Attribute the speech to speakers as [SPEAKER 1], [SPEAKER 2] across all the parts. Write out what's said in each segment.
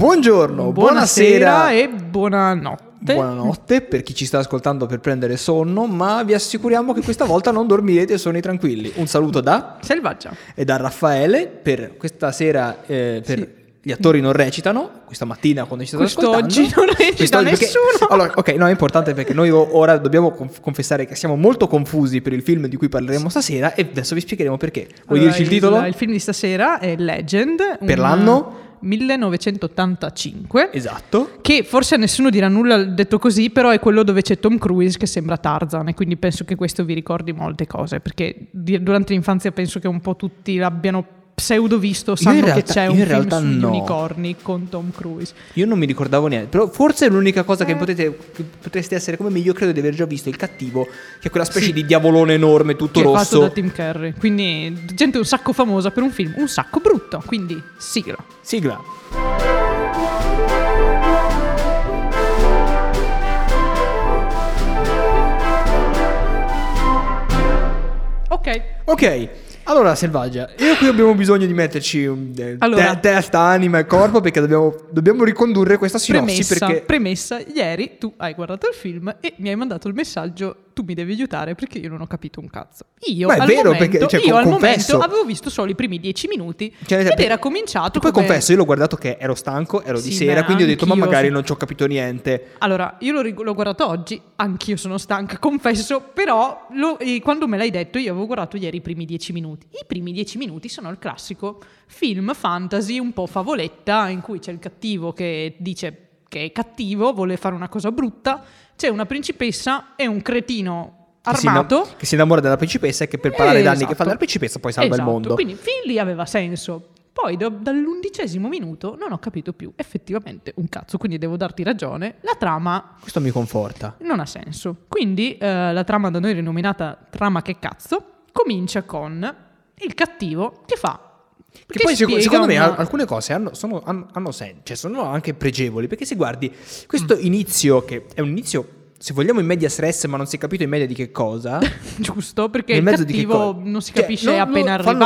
[SPEAKER 1] Buongiorno, buonasera,
[SPEAKER 2] e buonanotte.
[SPEAKER 1] buonanotte per chi ci sta ascoltando per prendere sonno, ma vi assicuriamo che questa volta non dormirete sonni tranquilli. Un saluto da
[SPEAKER 2] Selvaggia.
[SPEAKER 1] e da Raffaele per questa sera eh, per
[SPEAKER 2] Sì.
[SPEAKER 1] gli attori non recitano, questa mattina quando ci state ascoltando.
[SPEAKER 2] Quest'oggi non recita
[SPEAKER 1] Quest'oggi perché-
[SPEAKER 2] nessuno.
[SPEAKER 1] Allora, ok, no, è importante perché noi o- ora dobbiamo conf- confessare che siamo molto confusi per il film di cui parleremo stasera e adesso vi spiegheremo perché. Vuoi
[SPEAKER 2] Allora,
[SPEAKER 1] dirci il titolo?
[SPEAKER 2] Il film di stasera è Legend.
[SPEAKER 1] Per
[SPEAKER 2] un-
[SPEAKER 1] l'anno?
[SPEAKER 2] 1985.
[SPEAKER 1] Esatto.
[SPEAKER 2] Che forse a nessuno dirà nulla detto così, però è quello dove c'è Tom Cruise che sembra Tarzan e quindi penso che questo vi ricordi molte cose, perché di- durante l'infanzia penso che un po' tutti l'abbiano pseudo visto, sanno
[SPEAKER 1] in realtà-
[SPEAKER 2] che c'è
[SPEAKER 1] io
[SPEAKER 2] un
[SPEAKER 1] in
[SPEAKER 2] film
[SPEAKER 1] realtà
[SPEAKER 2] sugli
[SPEAKER 1] no.
[SPEAKER 2] unicorni con Tom Cruise.
[SPEAKER 1] Io non mi ricordavo niente, però forse è l'unica cosa
[SPEAKER 2] Eh.
[SPEAKER 1] che, potete, che potreste essere come me, io credo di aver già visto il cattivo, che è quella specie
[SPEAKER 2] Sì.
[SPEAKER 1] di diavolone enorme, tutto
[SPEAKER 2] che è fatto da
[SPEAKER 1] rosso.
[SPEAKER 2] Tim Curry. Quindi gente un sacco famosa per un film, un sacco brutto. Quindi sigla.
[SPEAKER 1] Sigla.
[SPEAKER 2] Ok.
[SPEAKER 1] Ok, allora Selvaggia, io qui abbiamo bisogno di metterci un- eh,
[SPEAKER 2] Allora.
[SPEAKER 1] te- testa, anima e corpo perché dobbiamo, dobbiamo ricondurre questa sinossi
[SPEAKER 2] Premessa,
[SPEAKER 1] perché...
[SPEAKER 2] premessa, ieri tu hai guardato il film e mi hai mandato il messaggio tu mi devi aiutare perché io non ho capito un cazzo. Io,
[SPEAKER 1] Ma è
[SPEAKER 2] al,
[SPEAKER 1] vero,
[SPEAKER 2] momento,
[SPEAKER 1] perché, cioè,
[SPEAKER 2] io
[SPEAKER 1] con-
[SPEAKER 2] al
[SPEAKER 1] confesso.
[SPEAKER 2] momento avevo visto solo i primi dieci minuti
[SPEAKER 1] Cioè,
[SPEAKER 2] ed
[SPEAKER 1] per-
[SPEAKER 2] era cominciato
[SPEAKER 1] Poi
[SPEAKER 2] come-
[SPEAKER 1] confesso, io l'ho guardato che ero stanco, ero di
[SPEAKER 2] Sì,
[SPEAKER 1] sera,
[SPEAKER 2] ma
[SPEAKER 1] quindi ho detto ma
[SPEAKER 2] anch'io,
[SPEAKER 1] magari
[SPEAKER 2] sì.
[SPEAKER 1] non ci ho capito niente.
[SPEAKER 2] Allora, io l'ho, rig- l'ho guardato oggi, anch'io sono stanca, confesso, però lo- eh, quando me l'hai detto io avevo guardato ieri i primi dieci minuti. I primi dieci minuti sono il classico film fantasy un po' favoletta in cui c'è il cattivo che dice che è cattivo, vuole fare una cosa brutta, c'è una principessa e un cretino
[SPEAKER 1] Che si
[SPEAKER 2] armato.
[SPEAKER 1] inna- Che si innamora della principessa e che per parare i danni che
[SPEAKER 2] Esatto.
[SPEAKER 1] fa la principessa poi salva
[SPEAKER 2] Esatto,
[SPEAKER 1] il mondo.
[SPEAKER 2] Quindi fin lì aveva senso. Poi do- dall'undicesimo minuto non ho capito più effettivamente un cazzo, quindi devo darti ragione. La trama
[SPEAKER 1] Questo mi conforta.
[SPEAKER 2] non ha senso. Quindi eh, la trama da noi rinominata trama che cazzo comincia con il cattivo che fa
[SPEAKER 1] Che, poi seco-
[SPEAKER 2] spiega
[SPEAKER 1] secondo me
[SPEAKER 2] una-
[SPEAKER 1] al- alcune cose hanno, sono, hanno, senso, cioè sono anche pregevoli, perché se guardi questo
[SPEAKER 2] Mm.
[SPEAKER 1] inizio, che è un inizio, se vogliamo, in media stress, ma non si è capito in media di che cosa,
[SPEAKER 2] giusto perché
[SPEAKER 1] nel
[SPEAKER 2] il
[SPEAKER 1] mezzo di che
[SPEAKER 2] cattivo
[SPEAKER 1] cosa?
[SPEAKER 2] non si
[SPEAKER 1] Cioè,
[SPEAKER 2] capisce
[SPEAKER 1] lo-
[SPEAKER 2] è
[SPEAKER 1] lo
[SPEAKER 2] appena
[SPEAKER 1] fanno-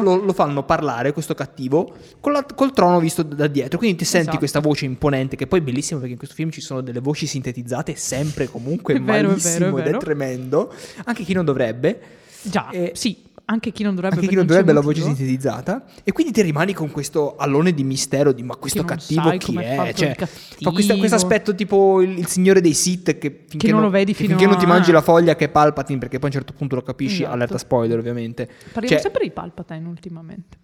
[SPEAKER 1] Lo, lo- lo fanno parlare, questo cattivo, con la- col trono visto da dietro, quindi ti senti
[SPEAKER 2] Esatto.
[SPEAKER 1] questa voce imponente, che poi è bellissima perché in questo film ci sono delle voci sintetizzate sempre, comunque,
[SPEAKER 2] È vero, è
[SPEAKER 1] malissimo
[SPEAKER 2] vero,
[SPEAKER 1] ed
[SPEAKER 2] è
[SPEAKER 1] è
[SPEAKER 2] vero.
[SPEAKER 1] tremendo, anche chi non dovrebbe.
[SPEAKER 2] Già,
[SPEAKER 1] eh,
[SPEAKER 2] sì, anche chi non dovrebbe
[SPEAKER 1] Anche chi non
[SPEAKER 2] perché c'è
[SPEAKER 1] dovrebbe la
[SPEAKER 2] un
[SPEAKER 1] voce
[SPEAKER 2] motivo.
[SPEAKER 1] sintetizzata. E quindi ti rimani con questo allone di mistero di ma questo
[SPEAKER 2] non
[SPEAKER 1] cattivo
[SPEAKER 2] sai
[SPEAKER 1] chi
[SPEAKER 2] com'è
[SPEAKER 1] è?
[SPEAKER 2] fatto
[SPEAKER 1] Cioè,
[SPEAKER 2] il
[SPEAKER 1] fa questo, questo
[SPEAKER 2] cattivo.
[SPEAKER 1] aspetto tipo il, il signore dei Sith che finché
[SPEAKER 2] non lo vedi
[SPEAKER 1] che
[SPEAKER 2] fino
[SPEAKER 1] finché non ti
[SPEAKER 2] a-
[SPEAKER 1] mangi la foglia che è Palpatine perché poi a un certo punto lo capisci,
[SPEAKER 2] Esatto.
[SPEAKER 1] allerta spoiler ovviamente.
[SPEAKER 2] Parliamo
[SPEAKER 1] Cioè,
[SPEAKER 2] sempre di Palpatine ultimamente.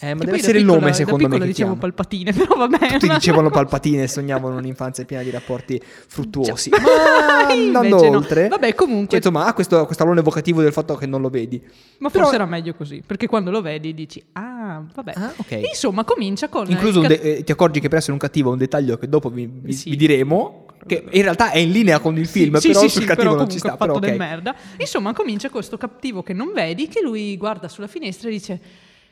[SPEAKER 1] eh, ma
[SPEAKER 2] Che
[SPEAKER 1] deve
[SPEAKER 2] poi da
[SPEAKER 1] essere il
[SPEAKER 2] piccola-
[SPEAKER 1] nome
[SPEAKER 2] da
[SPEAKER 1] secondo me
[SPEAKER 2] piccola
[SPEAKER 1] che
[SPEAKER 2] dicevo
[SPEAKER 1] chiama.
[SPEAKER 2] Palpatine, però vabbè.
[SPEAKER 1] Tutti
[SPEAKER 2] è una
[SPEAKER 1] dicevano
[SPEAKER 2] cosa-
[SPEAKER 1] Palpatine e sognavano un'infanzia piena di rapporti fruttuosi.
[SPEAKER 2] Già.
[SPEAKER 1] Ma andando
[SPEAKER 2] Cioè, Invece no.
[SPEAKER 1] oltre,
[SPEAKER 2] Vabbè, comunque-
[SPEAKER 1] cioè, insomma, ha questo questo allone evocativo del fatto che non lo vedi.
[SPEAKER 2] Ma
[SPEAKER 1] Però-
[SPEAKER 2] forse era meglio così, perché quando lo vedi dici "Ah, vabbè".
[SPEAKER 1] Ah, ok.
[SPEAKER 2] Insomma, comincia con
[SPEAKER 1] Incluso
[SPEAKER 2] il
[SPEAKER 1] un
[SPEAKER 2] cat-
[SPEAKER 1] de- eh, ti accorgi che per essere un cattivo è un dettaglio che dopo vi, vi-
[SPEAKER 2] Sì.
[SPEAKER 1] vi diremo, che in realtà è in linea con il film,
[SPEAKER 2] sì,
[SPEAKER 1] però
[SPEAKER 2] sì,
[SPEAKER 1] sul
[SPEAKER 2] sì,
[SPEAKER 1] cattivo
[SPEAKER 2] però
[SPEAKER 1] non ci sta.
[SPEAKER 2] comunque ha
[SPEAKER 1] Però,
[SPEAKER 2] fatto del
[SPEAKER 1] ok.
[SPEAKER 2] merda. Insomma, comincia questo cattivo che non vedi, che lui guarda sulla finestra e dice: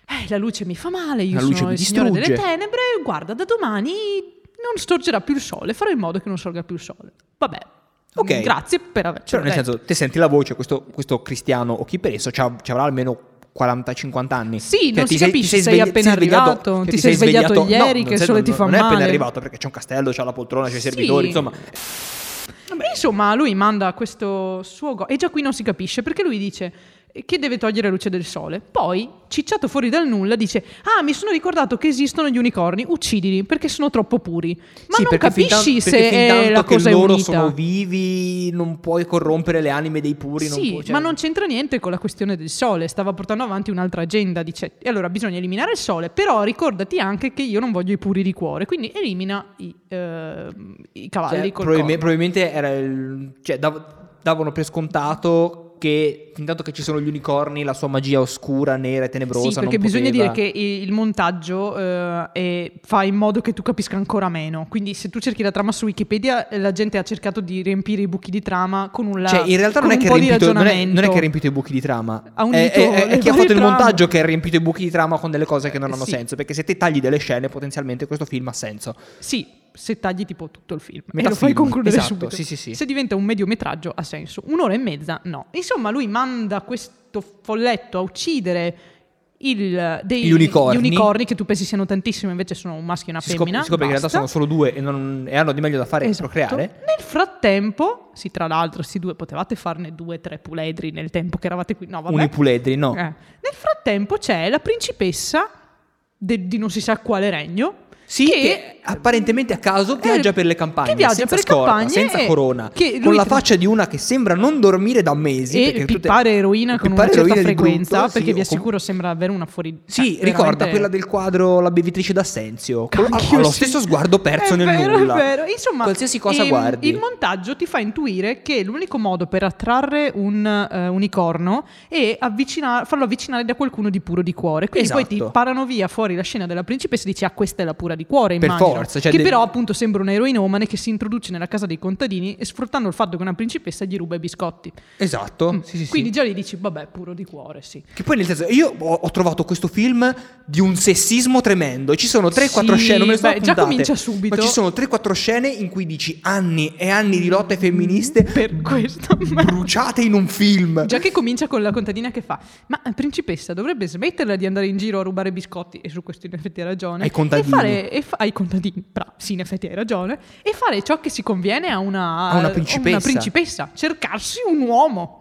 [SPEAKER 2] Eh, la luce mi fa male, io
[SPEAKER 1] La luce
[SPEAKER 2] sono
[SPEAKER 1] mi
[SPEAKER 2] il signore delle
[SPEAKER 1] distrugge."
[SPEAKER 2] tenebre. Guarda, da domani non sorgerà più il sole, farò in modo che non sorga più il sole. Vabbè.
[SPEAKER 1] Ok.
[SPEAKER 2] Grazie per averci
[SPEAKER 1] Però nel senso, te senti la voce, questo, questo cristiano o chi per esso c'ha- ci avrà almeno 40-50 anni. Cioè,
[SPEAKER 2] Sì, non
[SPEAKER 1] ti
[SPEAKER 2] si capisce, sei appena
[SPEAKER 1] svegliato-
[SPEAKER 2] arrivato,
[SPEAKER 1] cioè,
[SPEAKER 2] ti sei svegliato ieri
[SPEAKER 1] non
[SPEAKER 2] che il
[SPEAKER 1] sei-
[SPEAKER 2] sole
[SPEAKER 1] non-
[SPEAKER 2] ti fa
[SPEAKER 1] non Non è appena
[SPEAKER 2] male.
[SPEAKER 1] arrivato perché c'è un castello, c'è la poltrona, c'è i
[SPEAKER 2] Sì.
[SPEAKER 1] servitori, insomma.
[SPEAKER 2] E Insomma, lui manda questo suo go- e già qui non si capisce perché lui dice che deve togliere la luce del sole. Poi, cicciato fuori dal nulla, dice: Ah, mi sono ricordato che esistono gli unicorni, uccidili perché sono troppo puri. Ma
[SPEAKER 1] Sì,
[SPEAKER 2] non
[SPEAKER 1] perché fin
[SPEAKER 2] capisci
[SPEAKER 1] tanto-
[SPEAKER 2] se
[SPEAKER 1] perché fin
[SPEAKER 2] è
[SPEAKER 1] tanto
[SPEAKER 2] la
[SPEAKER 1] che
[SPEAKER 2] cosa è
[SPEAKER 1] loro
[SPEAKER 2] unita.
[SPEAKER 1] sono vivi, non puoi corrompere le anime dei puri. non
[SPEAKER 2] Sì,
[SPEAKER 1] puoi- cioè-
[SPEAKER 2] ma non c'entra niente con la questione del sole. Stava portando avanti un'altra agenda. Dice: E allora bisogna eliminare il sole. Però ricordati anche che io non voglio i puri di cuore. Quindi elimina i, ehm, i
[SPEAKER 1] Cioè,
[SPEAKER 2] cavalli. col
[SPEAKER 1] probabilme-
[SPEAKER 2] corno."
[SPEAKER 1] probabilmente era il- cioè, dav- davano per scontato che intanto che ci sono gli unicorni, la sua magia oscura, nera e tenebrosa.
[SPEAKER 2] Sì, perché
[SPEAKER 1] non
[SPEAKER 2] bisogna
[SPEAKER 1] poteva-
[SPEAKER 2] dire che i- il montaggio eh, è- fa in modo che tu capisca ancora meno. Quindi se tu cerchi la trama su Wikipedia, eh, la gente ha cercato di riempire i buchi di trama con un la-
[SPEAKER 1] Cioè, in realtà
[SPEAKER 2] con
[SPEAKER 1] non è,
[SPEAKER 2] un
[SPEAKER 1] che ha
[SPEAKER 2] po' di
[SPEAKER 1] riempito, non, è,
[SPEAKER 2] ragionamento.
[SPEAKER 1] non è che ha riempito i buchi di trama.
[SPEAKER 2] Ha unito
[SPEAKER 1] è, è- è- è
[SPEAKER 2] le
[SPEAKER 1] chi ha
[SPEAKER 2] varie
[SPEAKER 1] fatto il
[SPEAKER 2] trame.
[SPEAKER 1] montaggio che ha riempito i buchi di trama con delle cose che non
[SPEAKER 2] Eh,
[SPEAKER 1] hanno
[SPEAKER 2] sì.
[SPEAKER 1] senso. Perché se te tagli delle scene, potenzialmente questo film ha senso.
[SPEAKER 2] Sì, se tagli tipo tutto il film
[SPEAKER 1] Metà
[SPEAKER 2] e lo fai
[SPEAKER 1] film,
[SPEAKER 2] concludere
[SPEAKER 1] esatto,
[SPEAKER 2] subito.
[SPEAKER 1] sì, sì, sì.
[SPEAKER 2] Se diventa un mediometraggio ha senso, un'ora e mezza no. Insomma, lui manda questo folletto a uccidere il- dei-
[SPEAKER 1] Gli unicorni.
[SPEAKER 2] gli unicorni che tu pensi siano tantissimi, invece sono un maschio e una
[SPEAKER 1] si scopre,
[SPEAKER 2] femmina.
[SPEAKER 1] si scopre che in realtà
[SPEAKER 2] basta.
[SPEAKER 1] sono solo due e, non- e hanno di meglio da fare
[SPEAKER 2] Esatto.
[SPEAKER 1] e procreare.
[SPEAKER 2] Nel frattempo, sì, tra l'altro, sì, due, potevate farne due, tre puledri nel tempo che eravate qui. No, vabbè.
[SPEAKER 1] Unipuledri, no.
[SPEAKER 2] Eh. Nel frattempo c'è la principessa de- di non si sa quale regno.
[SPEAKER 1] Sì,
[SPEAKER 2] che- Eh,
[SPEAKER 1] che, apparentemente a caso viaggia per le campagne,
[SPEAKER 2] che viaggia
[SPEAKER 1] senza
[SPEAKER 2] per le
[SPEAKER 1] scorta,
[SPEAKER 2] campagne
[SPEAKER 1] senza
[SPEAKER 2] e-
[SPEAKER 1] corona,
[SPEAKER 2] che
[SPEAKER 1] con
[SPEAKER 2] lui-
[SPEAKER 1] la faccia di una che sembra non dormire da mesi.
[SPEAKER 2] e
[SPEAKER 1] perché tutte-
[SPEAKER 2] pippare eroina con
[SPEAKER 1] pippare
[SPEAKER 2] una certa
[SPEAKER 1] eroina di
[SPEAKER 2] frequenza,
[SPEAKER 1] brutto, sì,
[SPEAKER 2] perché vi
[SPEAKER 1] o com-
[SPEAKER 2] assicuro sembra avere una fuori...
[SPEAKER 1] Sì,
[SPEAKER 2] eh,
[SPEAKER 1] ricorda
[SPEAKER 2] veramente-
[SPEAKER 1] quella del quadro La bevitrice d'Assenzio. Quello- ha-
[SPEAKER 2] Anch'io
[SPEAKER 1] ha lo
[SPEAKER 2] sì.
[SPEAKER 1] stesso sguardo perso
[SPEAKER 2] È
[SPEAKER 1] nel
[SPEAKER 2] vero,
[SPEAKER 1] nulla.
[SPEAKER 2] È vero. Insomma,
[SPEAKER 1] Qualsiasi cosa
[SPEAKER 2] ehm,
[SPEAKER 1] guardi.
[SPEAKER 2] Il montaggio ti fa intuire che l'unico modo per attrarre un eh, unicorno è avvicina- farlo avvicinare da qualcuno di puro di cuore. Quindi poi
[SPEAKER 1] Esatto.
[SPEAKER 2] ti parano via fuori la scena della principessa e dici: Ah, questa è la pura di cuore.
[SPEAKER 1] Per
[SPEAKER 2] immagino.
[SPEAKER 1] forza, cioè
[SPEAKER 2] che
[SPEAKER 1] devi-
[SPEAKER 2] però appunto sembra un eroinomane che si introduce nella casa dei contadini e sfruttando il fatto che una principessa gli ruba i biscotti.
[SPEAKER 1] Esatto.
[SPEAKER 2] Mm.
[SPEAKER 1] sì, sì, sì.
[SPEAKER 2] Quindi già lì dici: Vabbè, puro di cuore, sì.
[SPEAKER 1] Che poi nel senso, io ho, ho trovato questo film di un sessismo tremendo. Ci sono 3-4
[SPEAKER 2] Sì,
[SPEAKER 1] scene, non me le sono
[SPEAKER 2] beh, già
[SPEAKER 1] appuntate,
[SPEAKER 2] comincia subito.
[SPEAKER 1] Ma ci sono 3-4 scene in cui dici anni e anni di lotte femministe
[SPEAKER 2] Per questo.
[SPEAKER 1] bruciate in un film.
[SPEAKER 2] Già che comincia con la contadina che fa, ma eh, principessa dovrebbe smetterla di andare in giro a rubare biscotti, e su questo in effetti hai ragione.
[SPEAKER 1] Ai contadini.
[SPEAKER 2] E fare, e fa- ai contadini, bra- sì in effetti hai ragione, e fare ciò che si conviene a una,
[SPEAKER 1] A una principessa.
[SPEAKER 2] principessa, cercarsi un uomo.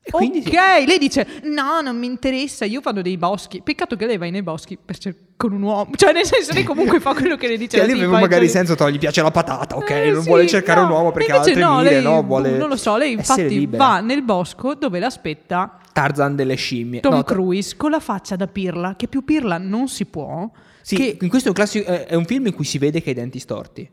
[SPEAKER 1] E quindi
[SPEAKER 2] ok, lei dice, no, non mi interessa, io vado nei boschi. Peccato che lei va nei boschi per cer- con un uomo. Cioè nel senso lei comunque fa quello che le dice
[SPEAKER 1] Cioè,
[SPEAKER 2] la
[SPEAKER 1] lì aveva
[SPEAKER 2] tipa,
[SPEAKER 1] magari
[SPEAKER 2] cioè-
[SPEAKER 1] senso, però gli piace la patata, ok?
[SPEAKER 2] eh,
[SPEAKER 1] non
[SPEAKER 2] sì,
[SPEAKER 1] vuole cercare
[SPEAKER 2] no.
[SPEAKER 1] un uomo perché ha
[SPEAKER 2] Invece
[SPEAKER 1] altre
[SPEAKER 2] no,
[SPEAKER 1] mire,
[SPEAKER 2] lei,
[SPEAKER 1] no?
[SPEAKER 2] boh,
[SPEAKER 1] Vuole
[SPEAKER 2] non lo so, lei
[SPEAKER 1] essere
[SPEAKER 2] infatti
[SPEAKER 1] libera.
[SPEAKER 2] va nel bosco dove l'aspetta
[SPEAKER 1] Tarzan delle scimmie.
[SPEAKER 2] Tom
[SPEAKER 1] No, ta-
[SPEAKER 2] Cruise con la faccia da pirla, che più pirla non si può.
[SPEAKER 1] Sì,
[SPEAKER 2] che-
[SPEAKER 1] in questo è un, classico- eh, è un film in cui si vede che ha i denti storti.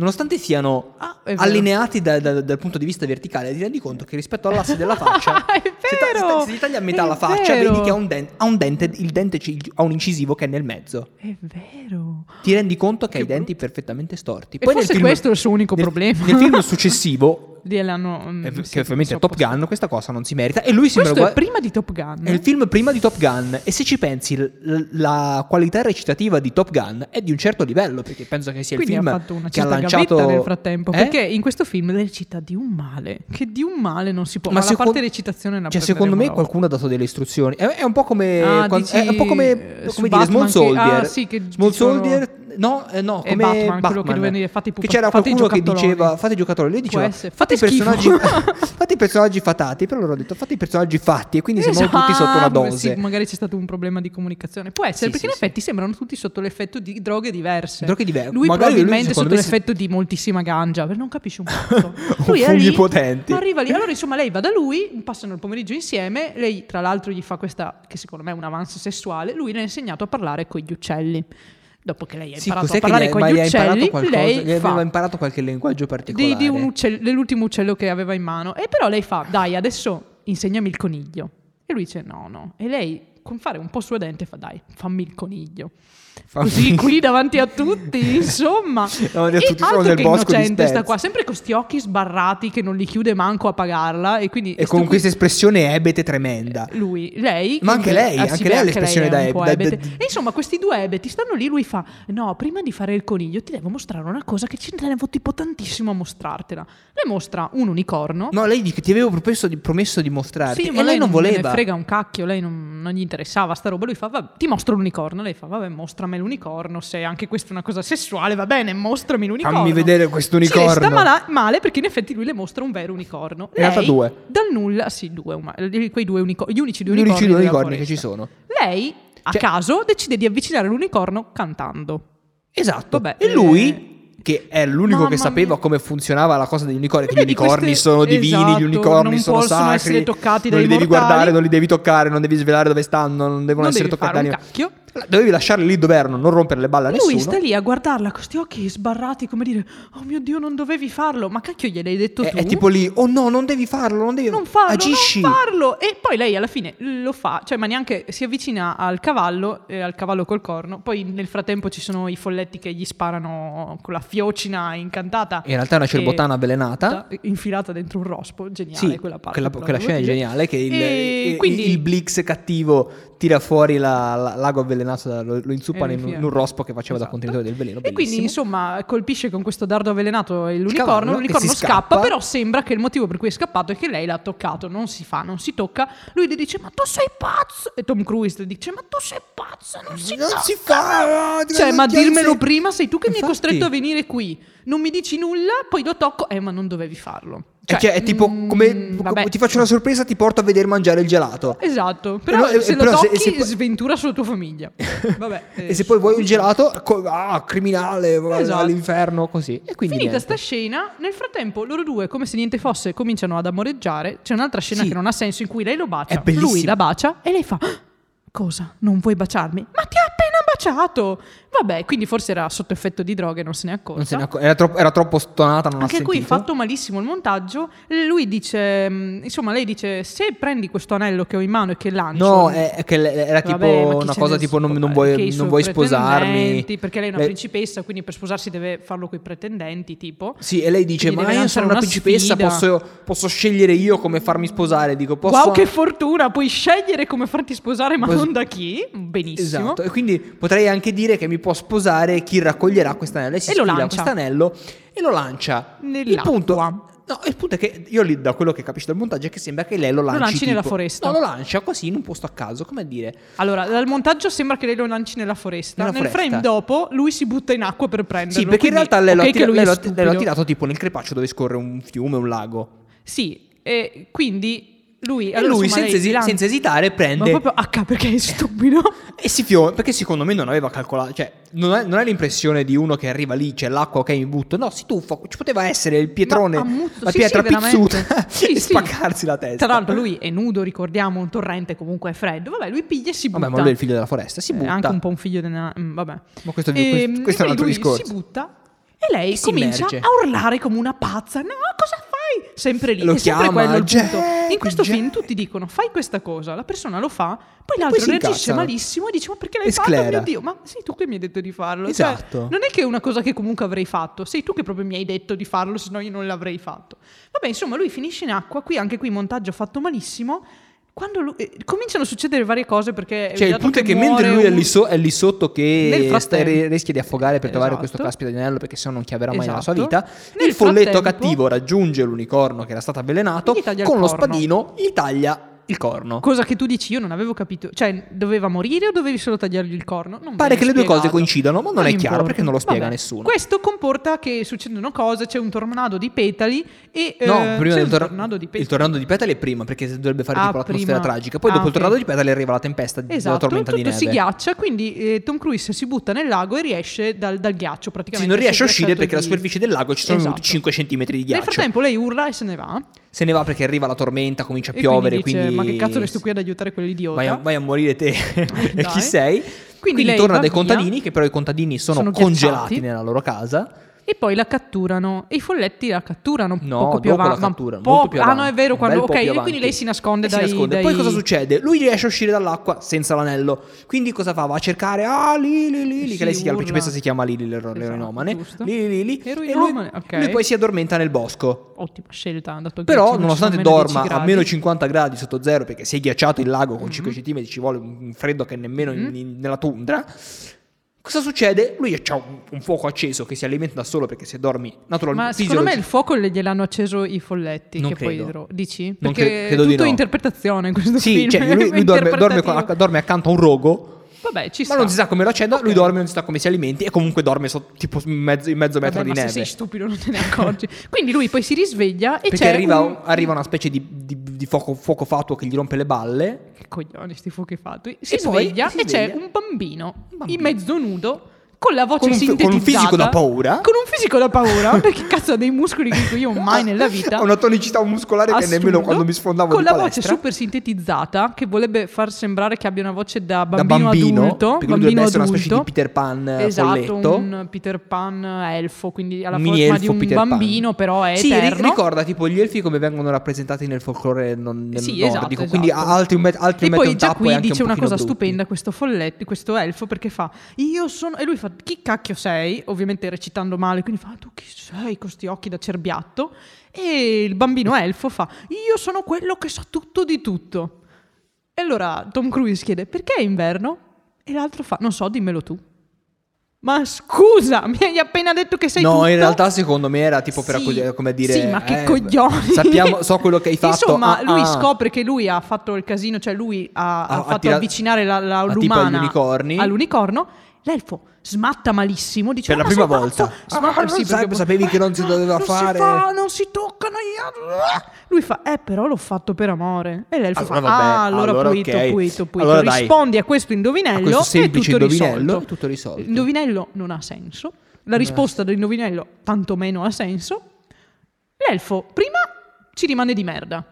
[SPEAKER 1] Nonostante siano
[SPEAKER 2] Ah, è vero.
[SPEAKER 1] allineati da- da- dal punto di vista verticale, ti rendi conto che rispetto all'asse della faccia,
[SPEAKER 2] È
[SPEAKER 1] se, ta- se ta-
[SPEAKER 2] vero,
[SPEAKER 1] se gli tagli a metà
[SPEAKER 2] è
[SPEAKER 1] la faccia, vedi
[SPEAKER 2] vero.
[SPEAKER 1] che ha un, dente, ha un dente- il dente ci- ha un incisivo che è nel mezzo.
[SPEAKER 2] È vero.
[SPEAKER 1] Ti rendi conto che,
[SPEAKER 2] Che
[SPEAKER 1] ha i denti perfettamente storti.
[SPEAKER 2] E forse questo è il suo unico
[SPEAKER 1] nel-
[SPEAKER 2] problema.
[SPEAKER 1] Nel film successivo,
[SPEAKER 2] Lì l'hanno, mm,
[SPEAKER 1] eh,
[SPEAKER 2] sì,
[SPEAKER 1] che ovviamente è
[SPEAKER 2] so-
[SPEAKER 1] Top Gun, questa cosa non si merita. E lui sembra
[SPEAKER 2] Questo è
[SPEAKER 1] uguale-
[SPEAKER 2] prima di Top Gun. eh?
[SPEAKER 1] è il film prima di Top Gun e se ci pensi l- la qualità recitativa di Top Gun è di un certo livello perché penso che sia
[SPEAKER 2] Quindi
[SPEAKER 1] il film
[SPEAKER 2] ha fatto una
[SPEAKER 1] che ha
[SPEAKER 2] certa
[SPEAKER 1] lanciato
[SPEAKER 2] gavetta nel frattempo.
[SPEAKER 1] Eh?
[SPEAKER 2] Perché in questo film recita di un male. Che di un male non si può. Ma,
[SPEAKER 1] secon-
[SPEAKER 2] la parte recitazione la
[SPEAKER 1] cioè, secondo me
[SPEAKER 2] qualcuno
[SPEAKER 1] qualcuno ha dato delle istruzioni. È, è un po' come,
[SPEAKER 2] Ah,
[SPEAKER 1] quan-
[SPEAKER 2] dici,
[SPEAKER 1] è un po' come,
[SPEAKER 2] eh,
[SPEAKER 1] come
[SPEAKER 2] su
[SPEAKER 1] dire,
[SPEAKER 2] Batman
[SPEAKER 1] Small
[SPEAKER 2] che- ah,
[SPEAKER 1] Soldier.
[SPEAKER 2] sì, che
[SPEAKER 1] Small
[SPEAKER 2] dicevano-
[SPEAKER 1] Soldier, no, eh, no,
[SPEAKER 2] È
[SPEAKER 1] come
[SPEAKER 2] Batman, quello che doveva dire, fate i
[SPEAKER 1] Che
[SPEAKER 2] pupa-
[SPEAKER 1] c'era
[SPEAKER 2] fate i
[SPEAKER 1] qualcuno che
[SPEAKER 2] giocattoloni.
[SPEAKER 1] diceva fate i giocatori, lei
[SPEAKER 2] Può
[SPEAKER 1] diceva
[SPEAKER 2] essere.
[SPEAKER 1] fate, i
[SPEAKER 2] Fate
[SPEAKER 1] personaggi
[SPEAKER 2] schifo."
[SPEAKER 1] fate i personaggi fatati, però loro hanno detto fate i personaggi fatti e quindi siamo tutti sotto una
[SPEAKER 2] Esatto,
[SPEAKER 1] dose.
[SPEAKER 2] sì, magari c'è stato un problema di comunicazione. Può essere,
[SPEAKER 1] Sì,
[SPEAKER 2] perché
[SPEAKER 1] sì,
[SPEAKER 2] in
[SPEAKER 1] sì.
[SPEAKER 2] effetti sembrano tutti sotto l'effetto di droghe diverse.
[SPEAKER 1] Droghe diverse.
[SPEAKER 2] Lui
[SPEAKER 1] Eh, Magari lui,
[SPEAKER 2] probabilmente
[SPEAKER 1] secondo
[SPEAKER 2] sotto
[SPEAKER 1] me, si-
[SPEAKER 2] l'effetto di moltissima ganja, perché non capisce un cazzo. è
[SPEAKER 1] funghi
[SPEAKER 2] lì,
[SPEAKER 1] potenti.
[SPEAKER 2] Arriva lì. Allora, insomma, lei va da lui, passano il pomeriggio insieme, lei tra l'altro gli fa questa che secondo me è un avance sessuale, lui le ha insegnato a parlare con gli uccelli. Dopo che lei ha
[SPEAKER 1] Sì,
[SPEAKER 2] imparato
[SPEAKER 1] cos'è
[SPEAKER 2] a
[SPEAKER 1] che gli
[SPEAKER 2] parlare
[SPEAKER 1] ha-
[SPEAKER 2] con
[SPEAKER 1] ma
[SPEAKER 2] gli
[SPEAKER 1] gli ha imparato
[SPEAKER 2] uccelli,
[SPEAKER 1] qualcosa?
[SPEAKER 2] lei
[SPEAKER 1] Gli aveva
[SPEAKER 2] fa
[SPEAKER 1] imparato qualche linguaggio
[SPEAKER 2] di,
[SPEAKER 1] particolare.
[SPEAKER 2] di un uccello- dell'ultimo uccello che aveva in mano. E però lei fa, dai, adesso insegnami il coniglio. E lui dice, no, no. E lei, con fare un po' suadente, fa, dai, fammi il coniglio.
[SPEAKER 1] Fammi-
[SPEAKER 2] Così, qui davanti a tutti, insomma.
[SPEAKER 1] Davanti a
[SPEAKER 2] e
[SPEAKER 1] tutti, sono
[SPEAKER 2] altro
[SPEAKER 1] nel
[SPEAKER 2] che
[SPEAKER 1] bosco di
[SPEAKER 2] innocente
[SPEAKER 1] Spezia.
[SPEAKER 2] sta qua, sempre con questi occhi sbarrati che non li chiude manco a pagarla. E quindi...
[SPEAKER 1] E
[SPEAKER 2] sto
[SPEAKER 1] con
[SPEAKER 2] qui- Eh,
[SPEAKER 1] questa espressione ebete tremenda.
[SPEAKER 2] lui, lei.
[SPEAKER 1] Ma anche lei,
[SPEAKER 2] eh, si
[SPEAKER 1] anche
[SPEAKER 2] vede
[SPEAKER 1] lei ha
[SPEAKER 2] che
[SPEAKER 1] l'espressione
[SPEAKER 2] lei è un
[SPEAKER 1] da-
[SPEAKER 2] po'
[SPEAKER 1] da-
[SPEAKER 2] ebete.
[SPEAKER 1] da-
[SPEAKER 2] E insomma, questi due ebeti stanno lì. Lui fa: No, prima di fare il coniglio, ti devo mostrare una cosa che ci tenevo tipo tantissimo a mostrartela. Le mostra un unicorno.
[SPEAKER 1] No, lei dice ti avevo promesso di, promesso di mostrarti.
[SPEAKER 2] Sì,
[SPEAKER 1] e
[SPEAKER 2] ma
[SPEAKER 1] lei, non
[SPEAKER 2] gliene
[SPEAKER 1] voleva.
[SPEAKER 2] frega un cacchio, lei non, non gli interessava sta roba. Lui fa: "Vabbè, Ti mostro l'unicorno. Lei fa: Vabbè, mostrami l'unicorno. Se anche questa è una cosa sessuale, va bene, mostrami l'unicorno.
[SPEAKER 1] Fammi vedere questo
[SPEAKER 2] Si resta
[SPEAKER 1] unicorno.
[SPEAKER 2] mala- male perché in effetti lui le mostra un vero unicorno.
[SPEAKER 1] In realtà
[SPEAKER 2] Lei,
[SPEAKER 1] due.
[SPEAKER 2] Dal nulla, sì, due. uma- eh, quei due unicorni, gli unici due
[SPEAKER 1] Gli unici
[SPEAKER 2] unicorni,
[SPEAKER 1] due
[SPEAKER 2] della
[SPEAKER 1] unicorni che ci
[SPEAKER 2] foresta.
[SPEAKER 1] sono.
[SPEAKER 2] Lei, a
[SPEAKER 1] Cioè-
[SPEAKER 2] caso, decide di avvicinare l'unicorno cantando.
[SPEAKER 1] Esatto.
[SPEAKER 2] Vabbè,
[SPEAKER 1] e
[SPEAKER 2] eh,
[SPEAKER 1] lui, che è l'unico
[SPEAKER 2] mamma
[SPEAKER 1] che sapeva
[SPEAKER 2] mia.
[SPEAKER 1] come funzionava la cosa degli unicorni, che gli
[SPEAKER 2] Vedi,
[SPEAKER 1] unicorni
[SPEAKER 2] queste-
[SPEAKER 1] sono divini,
[SPEAKER 2] esatto,
[SPEAKER 1] gli unicorni
[SPEAKER 2] non
[SPEAKER 1] sono
[SPEAKER 2] possono
[SPEAKER 1] sacri.
[SPEAKER 2] essere toccati
[SPEAKER 1] non
[SPEAKER 2] dai
[SPEAKER 1] li devi
[SPEAKER 2] mortali.
[SPEAKER 1] guardare, non li devi toccare, non devi svelare dove stanno, non devono
[SPEAKER 2] Non
[SPEAKER 1] essere
[SPEAKER 2] devi fare
[SPEAKER 1] toccati.
[SPEAKER 2] un
[SPEAKER 1] da-
[SPEAKER 2] cacchio.
[SPEAKER 1] Dovevi lasciarli lì dove erano, non rompere le balle a
[SPEAKER 2] Lui
[SPEAKER 1] nessuno.
[SPEAKER 2] sta lì a guardarla con questi occhi sbarrati, come dire: Oh mio dio, non dovevi farlo. Ma cacchio, gliel'hai detto
[SPEAKER 1] è,
[SPEAKER 2] tu.
[SPEAKER 1] è tipo lì, oh no, non devi farlo, non devi
[SPEAKER 2] non farlo,
[SPEAKER 1] agisci.
[SPEAKER 2] non farlo. E poi lei alla fine lo fa, cioè, ma neanche si avvicina al cavallo, eh, al cavallo col corno. Poi nel frattempo ci sono i folletti che gli sparano con la fiocina incantata.
[SPEAKER 1] In realtà è una cerbottana
[SPEAKER 2] E-
[SPEAKER 1] avvelenata.
[SPEAKER 2] Infilata dentro un rospo, geniale
[SPEAKER 1] Sì,
[SPEAKER 2] quella parte.
[SPEAKER 1] quella,
[SPEAKER 2] però
[SPEAKER 1] quella
[SPEAKER 2] devo
[SPEAKER 1] scena è
[SPEAKER 2] dire.
[SPEAKER 1] geniale che il,
[SPEAKER 2] E
[SPEAKER 1] il-
[SPEAKER 2] quindi-
[SPEAKER 1] il Blix cattivo tira fuori la- la- l'ago avvelenato, da- lo, lo inzuppano
[SPEAKER 2] E
[SPEAKER 1] in,
[SPEAKER 2] Eh, infine-
[SPEAKER 1] un- in un rospo che faceva da
[SPEAKER 2] Esatto.
[SPEAKER 1] contenitore del veleno.
[SPEAKER 2] E quindi,
[SPEAKER 1] bellissimo.
[SPEAKER 2] insomma, colpisce con questo dardo avvelenato
[SPEAKER 1] cavallo,
[SPEAKER 2] l'unicorno.
[SPEAKER 1] e
[SPEAKER 2] L'unicorno
[SPEAKER 1] si
[SPEAKER 2] scappa,
[SPEAKER 1] scappa.
[SPEAKER 2] però sembra che il motivo per cui è scappato è che lei l'ha toccato. Non si fa, non si tocca. Lui gli dice: Ma tu sei pazzo! E Tom Cruise dice: Ma tu sei pazzo! Non si eh,
[SPEAKER 1] Non
[SPEAKER 2] tocca!"
[SPEAKER 1] si fa! eh,
[SPEAKER 2] Cioè, ma
[SPEAKER 1] Chiaro,
[SPEAKER 2] dirmelo
[SPEAKER 1] se-
[SPEAKER 2] prima, sei tu che mi hai
[SPEAKER 1] Infatti.
[SPEAKER 2] costretto a venire qui. Non mi dici nulla, poi lo tocco. Eh, ma non dovevi farlo.
[SPEAKER 1] Eh, cioè, è tipo
[SPEAKER 2] mm,
[SPEAKER 1] come
[SPEAKER 2] vabbè.
[SPEAKER 1] ti faccio una sorpresa, ti porto a vedere mangiare il gelato.
[SPEAKER 2] Esatto, però
[SPEAKER 1] Però, eh,
[SPEAKER 2] se
[SPEAKER 1] però
[SPEAKER 2] lo
[SPEAKER 1] se-
[SPEAKER 2] tocchi
[SPEAKER 1] se poi-
[SPEAKER 2] sventura sulla tua famiglia. Vabbè, eh,
[SPEAKER 1] E se poi vuoi un gelato, co- ah, criminale,
[SPEAKER 2] Esatto.
[SPEAKER 1] all'inferno, così. E quindi
[SPEAKER 2] Finita
[SPEAKER 1] niente.
[SPEAKER 2] sta scena, nel frattempo loro due, come se niente fosse, cominciano ad amoreggiare. C'è un'altra scena
[SPEAKER 1] Sì.
[SPEAKER 2] che non ha senso in cui lei lo
[SPEAKER 1] È
[SPEAKER 2] bacia,
[SPEAKER 1] bellissima.
[SPEAKER 2] lui la bacia e lei fa "Ah, Cosa? Non vuoi baciarmi? Ma ti ha appena baciato! Vabbè, quindi forse era sotto effetto di droghe, non se ne è accorta.
[SPEAKER 1] Non se ne accor- era, troppo, era troppo stonata, non ha
[SPEAKER 2] Anche qui
[SPEAKER 1] sentito.
[SPEAKER 2] fatto malissimo il montaggio. Lui dice: mh, Insomma, lei dice: Se prendi questo anello che ho in mano e che lancio.
[SPEAKER 1] No, è, è che le- era tipo
[SPEAKER 2] Vabbè, ma chi
[SPEAKER 1] una
[SPEAKER 2] se
[SPEAKER 1] cosa
[SPEAKER 2] ne
[SPEAKER 1] tipo non,
[SPEAKER 2] scopa-
[SPEAKER 1] non
[SPEAKER 2] che i
[SPEAKER 1] vuoi,
[SPEAKER 2] suoi
[SPEAKER 1] non vuoi sposarmi.
[SPEAKER 2] pretendenti, Perché lei è una
[SPEAKER 1] Lei-
[SPEAKER 2] principessa, quindi per sposarsi deve farlo con i pretendenti, tipo.
[SPEAKER 1] Sì, e lei dice,
[SPEAKER 2] Quindi
[SPEAKER 1] ma
[SPEAKER 2] deve
[SPEAKER 1] io
[SPEAKER 2] lanciare
[SPEAKER 1] sono una,
[SPEAKER 2] una
[SPEAKER 1] principessa,
[SPEAKER 2] sfida."
[SPEAKER 1] posso, posso scegliere io come farmi sposare. Dico, posso...
[SPEAKER 2] Wow, che fortuna! Puoi scegliere come farti sposare, ma
[SPEAKER 1] Pos-
[SPEAKER 2] non da chi. Benissimo.
[SPEAKER 1] Esatto, e quindi potrei anche dire che mi può sposare chi raccoglierà quest'anello. E si
[SPEAKER 2] E lo
[SPEAKER 1] sfila
[SPEAKER 2] lancia.
[SPEAKER 1] quest'anello e lo lancia. Il
[SPEAKER 2] Nell'acqua.
[SPEAKER 1] punto, no, il punto è che io lì, da quello che capisco dal montaggio, è che sembra che lei lo lanci.
[SPEAKER 2] lanci nella
[SPEAKER 1] tipo-
[SPEAKER 2] foresta.
[SPEAKER 1] No, lo lancia così in un posto a caso, come a dire.
[SPEAKER 2] Allora, dal montaggio sembra che lei lo lanci nella foresta.
[SPEAKER 1] Nella
[SPEAKER 2] Nel
[SPEAKER 1] foresta.
[SPEAKER 2] frame dopo, lui si butta in acqua per prenderlo.
[SPEAKER 1] Sì, perché in
[SPEAKER 2] quindi,
[SPEAKER 1] realtà lei lo
[SPEAKER 2] ok
[SPEAKER 1] ha
[SPEAKER 2] che
[SPEAKER 1] tira-
[SPEAKER 2] lui
[SPEAKER 1] lei
[SPEAKER 2] è
[SPEAKER 1] lo ha ti- lei lo ha
[SPEAKER 2] stupido.
[SPEAKER 1] tirato tipo nel crepaccio dove scorre un fiume, un lago.
[SPEAKER 2] Sì, e quindi lui.
[SPEAKER 1] E
[SPEAKER 2] allora,
[SPEAKER 1] lui,
[SPEAKER 2] insomma,
[SPEAKER 1] senza,
[SPEAKER 2] lei
[SPEAKER 1] esi-
[SPEAKER 2] si lancia-
[SPEAKER 1] senza esitare,
[SPEAKER 2] Ma
[SPEAKER 1] prende
[SPEAKER 2] proprio H perché è stupido.
[SPEAKER 1] e si fiora. Perché secondo me non aveva calcolato. Cioè, non è, non è l'impressione di uno che arriva lì, c'è l'acqua, ok, mi butto. No, si tuffa. Ci poteva essere il pietrone,
[SPEAKER 2] Ma ammuzzo,
[SPEAKER 1] la
[SPEAKER 2] sì,
[SPEAKER 1] pietra
[SPEAKER 2] sì, veramente.
[SPEAKER 1] pizzuta
[SPEAKER 2] Sì,
[SPEAKER 1] e
[SPEAKER 2] sì.
[SPEAKER 1] spaccarsi la testa.
[SPEAKER 2] Tra l'altro, lui è nudo, ricordiamo, un torrente comunque è freddo. Vabbè, lui piglia e si butta.
[SPEAKER 1] Vabbè, ma lui è il figlio della foresta. Si
[SPEAKER 2] Eh,
[SPEAKER 1] butta.
[SPEAKER 2] anche un po' un figlio della. mm, vabbè.
[SPEAKER 1] Ma questo, questo,
[SPEAKER 2] Ehm,
[SPEAKER 1] questo è un
[SPEAKER 2] e
[SPEAKER 1] altro
[SPEAKER 2] quindi lui
[SPEAKER 1] discorso.
[SPEAKER 2] Si butta e lei
[SPEAKER 1] E si
[SPEAKER 2] comincia
[SPEAKER 1] immerge.
[SPEAKER 2] a urlare come una pazza. No, cosa fai? Sempre lì.
[SPEAKER 1] Lo
[SPEAKER 2] è sempre
[SPEAKER 1] chiama,
[SPEAKER 2] quello il
[SPEAKER 1] "Jack,
[SPEAKER 2] punto. In questo
[SPEAKER 1] Jack".
[SPEAKER 2] film tutti dicono fai questa cosa, la persona lo fa, poi l'altro
[SPEAKER 1] si
[SPEAKER 2] reagisce
[SPEAKER 1] incazzano.
[SPEAKER 2] malissimo e dice ma perché l'hai
[SPEAKER 1] E
[SPEAKER 2] fatto?
[SPEAKER 1] sclera.
[SPEAKER 2] Mio Dio, ma sei tu che mi hai detto di farlo. Cioè,
[SPEAKER 1] Esatto.
[SPEAKER 2] non è che è una cosa che comunque avrei fatto, sei tu che proprio mi hai detto di farlo, se no io non l'avrei fatto. Vabbè, insomma, lui finisce in acqua, qui anche qui montaggio fatto malissimo. Quando lui- eh, cominciano a succedere varie cose perché...
[SPEAKER 1] Cioè, il
[SPEAKER 2] dato
[SPEAKER 1] punto è che
[SPEAKER 2] muore
[SPEAKER 1] mentre lui è lì,
[SPEAKER 2] un-
[SPEAKER 1] so- è lì sotto
[SPEAKER 2] Nel
[SPEAKER 1] che sta-
[SPEAKER 2] frattempo-
[SPEAKER 1] ri- rischia di affogare per trovare
[SPEAKER 2] Esatto.
[SPEAKER 1] questo caspita di anello perché sennò non chiaverà mai nella sua
[SPEAKER 2] Esatto.
[SPEAKER 1] vita,
[SPEAKER 2] Nel
[SPEAKER 1] il folletto
[SPEAKER 2] frattempo-
[SPEAKER 1] cattivo raggiunge l'unicorno che era stato avvelenato
[SPEAKER 2] Gli taglia il
[SPEAKER 1] con lo
[SPEAKER 2] corno.
[SPEAKER 1] spadino gli taglia il corno.
[SPEAKER 2] Cosa che tu dici, io non avevo capito. Cioè, doveva morire o dovevi solo tagliargli il corno? Non
[SPEAKER 1] Pare
[SPEAKER 2] viene
[SPEAKER 1] che le due cose
[SPEAKER 2] spiegato.
[SPEAKER 1] coincidano, ma non, è chiaro
[SPEAKER 2] importa.
[SPEAKER 1] perché non lo spiega
[SPEAKER 2] Vabbè.
[SPEAKER 1] nessuno.
[SPEAKER 2] Questo comporta che succedono cose, c'è un tornado di petali e...
[SPEAKER 1] No,
[SPEAKER 2] eh,
[SPEAKER 1] prima del
[SPEAKER 2] c'è un
[SPEAKER 1] tor-
[SPEAKER 2] tornado di
[SPEAKER 1] il
[SPEAKER 2] petali.
[SPEAKER 1] tornado di petali è prima perché dovrebbe fare
[SPEAKER 2] Ah,
[SPEAKER 1] tipo l'atmosfera
[SPEAKER 2] prima.
[SPEAKER 1] tragica. Poi dopo
[SPEAKER 2] Ah,
[SPEAKER 1] il tornado
[SPEAKER 2] ok.
[SPEAKER 1] di petali arriva la tempesta, la
[SPEAKER 2] Esatto,
[SPEAKER 1] tormenta
[SPEAKER 2] tutto
[SPEAKER 1] di neve.
[SPEAKER 2] si ghiaccia, quindi eh, Tom Cruise si butta nel lago e riesce dal, dal ghiaccio
[SPEAKER 1] Sì,
[SPEAKER 2] praticamente.
[SPEAKER 1] non riesce a
[SPEAKER 2] Si è
[SPEAKER 1] uscire
[SPEAKER 2] ghiacciato
[SPEAKER 1] perché la
[SPEAKER 2] di-
[SPEAKER 1] superficie del lago ci sono
[SPEAKER 2] Esatto.
[SPEAKER 1] venuti 5 cm di
[SPEAKER 2] Nel
[SPEAKER 1] ghiaccio.
[SPEAKER 2] frattempo lei urla e se ne va.
[SPEAKER 1] Se ne va perché arriva la tormenta, comincia a
[SPEAKER 2] E
[SPEAKER 1] piovere.
[SPEAKER 2] quindi, dice,
[SPEAKER 1] Quindi,
[SPEAKER 2] ma che cazzo che sto qui ad aiutare quell'idiota?
[SPEAKER 1] Vai a, vai a morire te e chi
[SPEAKER 2] dai.
[SPEAKER 1] sei. Quindi,
[SPEAKER 2] lei
[SPEAKER 1] torna
[SPEAKER 2] va
[SPEAKER 1] dai
[SPEAKER 2] via.
[SPEAKER 1] contadini, che però i contadini sono,
[SPEAKER 2] Sono
[SPEAKER 1] congelati
[SPEAKER 2] ghiacciati.
[SPEAKER 1] nella loro casa.
[SPEAKER 2] E poi la catturano e i folletti la catturano
[SPEAKER 1] No,
[SPEAKER 2] poco più
[SPEAKER 1] dopo la
[SPEAKER 2] avanti. ma
[SPEAKER 1] catturano,
[SPEAKER 2] po-
[SPEAKER 1] molto più
[SPEAKER 2] Ah, no, è
[SPEAKER 1] avanti,
[SPEAKER 2] vero.
[SPEAKER 1] un
[SPEAKER 2] Quando...
[SPEAKER 1] bel po'
[SPEAKER 2] Ok,
[SPEAKER 1] più
[SPEAKER 2] e
[SPEAKER 1] avanti.
[SPEAKER 2] quindi lei si nasconde
[SPEAKER 1] E si
[SPEAKER 2] dai,
[SPEAKER 1] nasconde.
[SPEAKER 2] dai-
[SPEAKER 1] Poi cosa succede? Lui riesce a uscire dall'acqua senza l'anello. Quindi cosa fa? Va a cercare ah Lili Lili,
[SPEAKER 2] Sì,
[SPEAKER 1] che lei si chiama, la
[SPEAKER 2] urla.
[SPEAKER 1] principessa si chiama Lili l'ero-
[SPEAKER 2] Esatto,
[SPEAKER 1] l'eroinomane.
[SPEAKER 2] giusto.
[SPEAKER 1] Lili Lili. E lui,
[SPEAKER 2] Eroinomane, ok.
[SPEAKER 1] lui poi si addormenta nel bosco.
[SPEAKER 2] Ottima scelta. Dato che
[SPEAKER 1] Però,
[SPEAKER 2] ci
[SPEAKER 1] nonostante
[SPEAKER 2] sono meno 10
[SPEAKER 1] dorma a
[SPEAKER 2] gradi. Mm-hmm.
[SPEAKER 1] meno 50 gradi sotto zero, perché si è ghiacciato il lago con 5 cm, ci vuole un freddo che nemmeno in-
[SPEAKER 2] Mhm.
[SPEAKER 1] in- nella tundra. Cosa succede? Lui ha un, un fuoco acceso che si alimenta da solo perché se dormi naturalmente.
[SPEAKER 2] Ma secondo me il fuoco le- gliel'hanno acceso i folletti.
[SPEAKER 1] Non
[SPEAKER 2] che
[SPEAKER 1] credo.
[SPEAKER 2] poi vedrò. Dici?
[SPEAKER 1] Non
[SPEAKER 2] Perché
[SPEAKER 1] cre- credo
[SPEAKER 2] è
[SPEAKER 1] di
[SPEAKER 2] tutto
[SPEAKER 1] no.
[SPEAKER 2] interpretazione questo
[SPEAKER 1] Sì,
[SPEAKER 2] film.
[SPEAKER 1] cioè lui, lui dorme, dorme
[SPEAKER 2] Interpretativo.
[SPEAKER 1] qua- dorme accanto a un rogo,
[SPEAKER 2] Vabbè, ci sta.
[SPEAKER 1] ma non si sa come lo accenda. Lui
[SPEAKER 2] Ok.
[SPEAKER 1] dorme, non si sa come si alimenti, e comunque dorme so- tipo in mezzo, in mezzo metro
[SPEAKER 2] Vabbè,
[SPEAKER 1] di
[SPEAKER 2] ma se
[SPEAKER 1] neve.
[SPEAKER 2] sei stupido non te ne accorgi. Quindi lui poi si risveglia e
[SPEAKER 1] perché
[SPEAKER 2] c'è
[SPEAKER 1] arriva,
[SPEAKER 2] un...
[SPEAKER 1] arriva una specie di, di- di fuoco, fuoco fatuo che gli rompe le balle.
[SPEAKER 2] Che coglioni sti fuochi fatti. Si
[SPEAKER 1] E poi
[SPEAKER 2] sveglia
[SPEAKER 1] si
[SPEAKER 2] e c'è
[SPEAKER 1] sveglia.
[SPEAKER 2] un bambino,
[SPEAKER 1] Un bambino.
[SPEAKER 2] in mezzo nudo con la voce
[SPEAKER 1] Con un fi- con un
[SPEAKER 2] sintetizzata.
[SPEAKER 1] fisico da paura.
[SPEAKER 2] Con un fisico da paura, perché cazzo ha dei muscoli che dico io mai nella vita.
[SPEAKER 1] Ho una tonicità muscolare che
[SPEAKER 2] Assurdo.
[SPEAKER 1] nemmeno quando mi sfondavo
[SPEAKER 2] Con
[SPEAKER 1] di
[SPEAKER 2] la
[SPEAKER 1] palestra.
[SPEAKER 2] voce super sintetizzata che vorrebbe far sembrare che abbia una voce
[SPEAKER 1] da
[SPEAKER 2] da bambino,
[SPEAKER 1] bambino,
[SPEAKER 2] adulto,
[SPEAKER 1] perché lui dovrebbe
[SPEAKER 2] bambino
[SPEAKER 1] essere una specie di
[SPEAKER 2] adulto.
[SPEAKER 1] Peter Pan eh,
[SPEAKER 2] Esatto,
[SPEAKER 1] folletto.
[SPEAKER 2] un Peter Pan elfo, quindi alla
[SPEAKER 1] un
[SPEAKER 2] forma di
[SPEAKER 1] elfo
[SPEAKER 2] un
[SPEAKER 1] Peter Pan.
[SPEAKER 2] bambino, però è
[SPEAKER 1] sì, ri-
[SPEAKER 2] eterno.
[SPEAKER 1] ricorda tipo gli elfi come vengono rappresentati nel folklore non, nel
[SPEAKER 2] Sì,
[SPEAKER 1] nordico,
[SPEAKER 2] esatto, esatto.
[SPEAKER 1] quindi ha altri un met- altri
[SPEAKER 2] E
[SPEAKER 1] un metro
[SPEAKER 2] poi
[SPEAKER 1] un
[SPEAKER 2] già
[SPEAKER 1] tappo
[SPEAKER 2] qui
[SPEAKER 1] e anche
[SPEAKER 2] dice
[SPEAKER 1] un
[SPEAKER 2] una
[SPEAKER 1] pochino
[SPEAKER 2] cosa
[SPEAKER 1] brutti.
[SPEAKER 2] stupenda questo folletto, questo elfo, perché fa io sono e lui fa chi cacchio sei? Ovviamente recitando male, quindi fa tu chi sei con sti occhi da cerbiatto e il bambino elfo fa io sono quello che sa tutto di tutto. E allora Tom Cruise chiede perché è inverno? E E l'altro fa, non so, dimmelo tu. Ma scusa, mi hai appena detto che sei
[SPEAKER 1] no,
[SPEAKER 2] tutto?
[SPEAKER 1] in realtà secondo me era tipo per
[SPEAKER 2] Sì.
[SPEAKER 1] accogli- come a dire
[SPEAKER 2] Sì, ma che
[SPEAKER 1] eh,
[SPEAKER 2] coglioni.
[SPEAKER 1] Sappiamo, so quello che hai fatto.
[SPEAKER 2] Insomma,
[SPEAKER 1] ah,
[SPEAKER 2] lui
[SPEAKER 1] ah.
[SPEAKER 2] scopre che lui ha fatto il casino, cioè lui ha, ha
[SPEAKER 1] Ha- ha
[SPEAKER 2] fatto
[SPEAKER 1] tirato-
[SPEAKER 2] avvicinare la, la
[SPEAKER 1] la tipa agli
[SPEAKER 2] lumana
[SPEAKER 1] unicorni.
[SPEAKER 2] all'unicorno. L'elfo smatta malissimo, dice
[SPEAKER 1] Per la
[SPEAKER 2] "Ah,
[SPEAKER 1] prima
[SPEAKER 2] sei
[SPEAKER 1] volta.
[SPEAKER 2] matto,
[SPEAKER 1] Ah, non sai-
[SPEAKER 2] perché-
[SPEAKER 1] sapevi che non si doveva
[SPEAKER 2] non
[SPEAKER 1] fare."
[SPEAKER 2] Si fa, non si toccano. io- Lui fa, eh, però l'ho fatto per amore. E l'elfo
[SPEAKER 1] Allora
[SPEAKER 2] fa,
[SPEAKER 1] vabbè,
[SPEAKER 2] ah, allora,
[SPEAKER 1] allora
[SPEAKER 2] puito,
[SPEAKER 1] ok.
[SPEAKER 2] puito, puito.
[SPEAKER 1] Allora dai.
[SPEAKER 2] Rispondi a questo indovinello
[SPEAKER 1] A questo semplice
[SPEAKER 2] e tutto
[SPEAKER 1] indovinello
[SPEAKER 2] risolto.
[SPEAKER 1] è tutto risolto.
[SPEAKER 2] L'indovinello non ha senso. La risposta dell'indovinello tantomeno ha senso. L'elfo prima ci rimane di merda.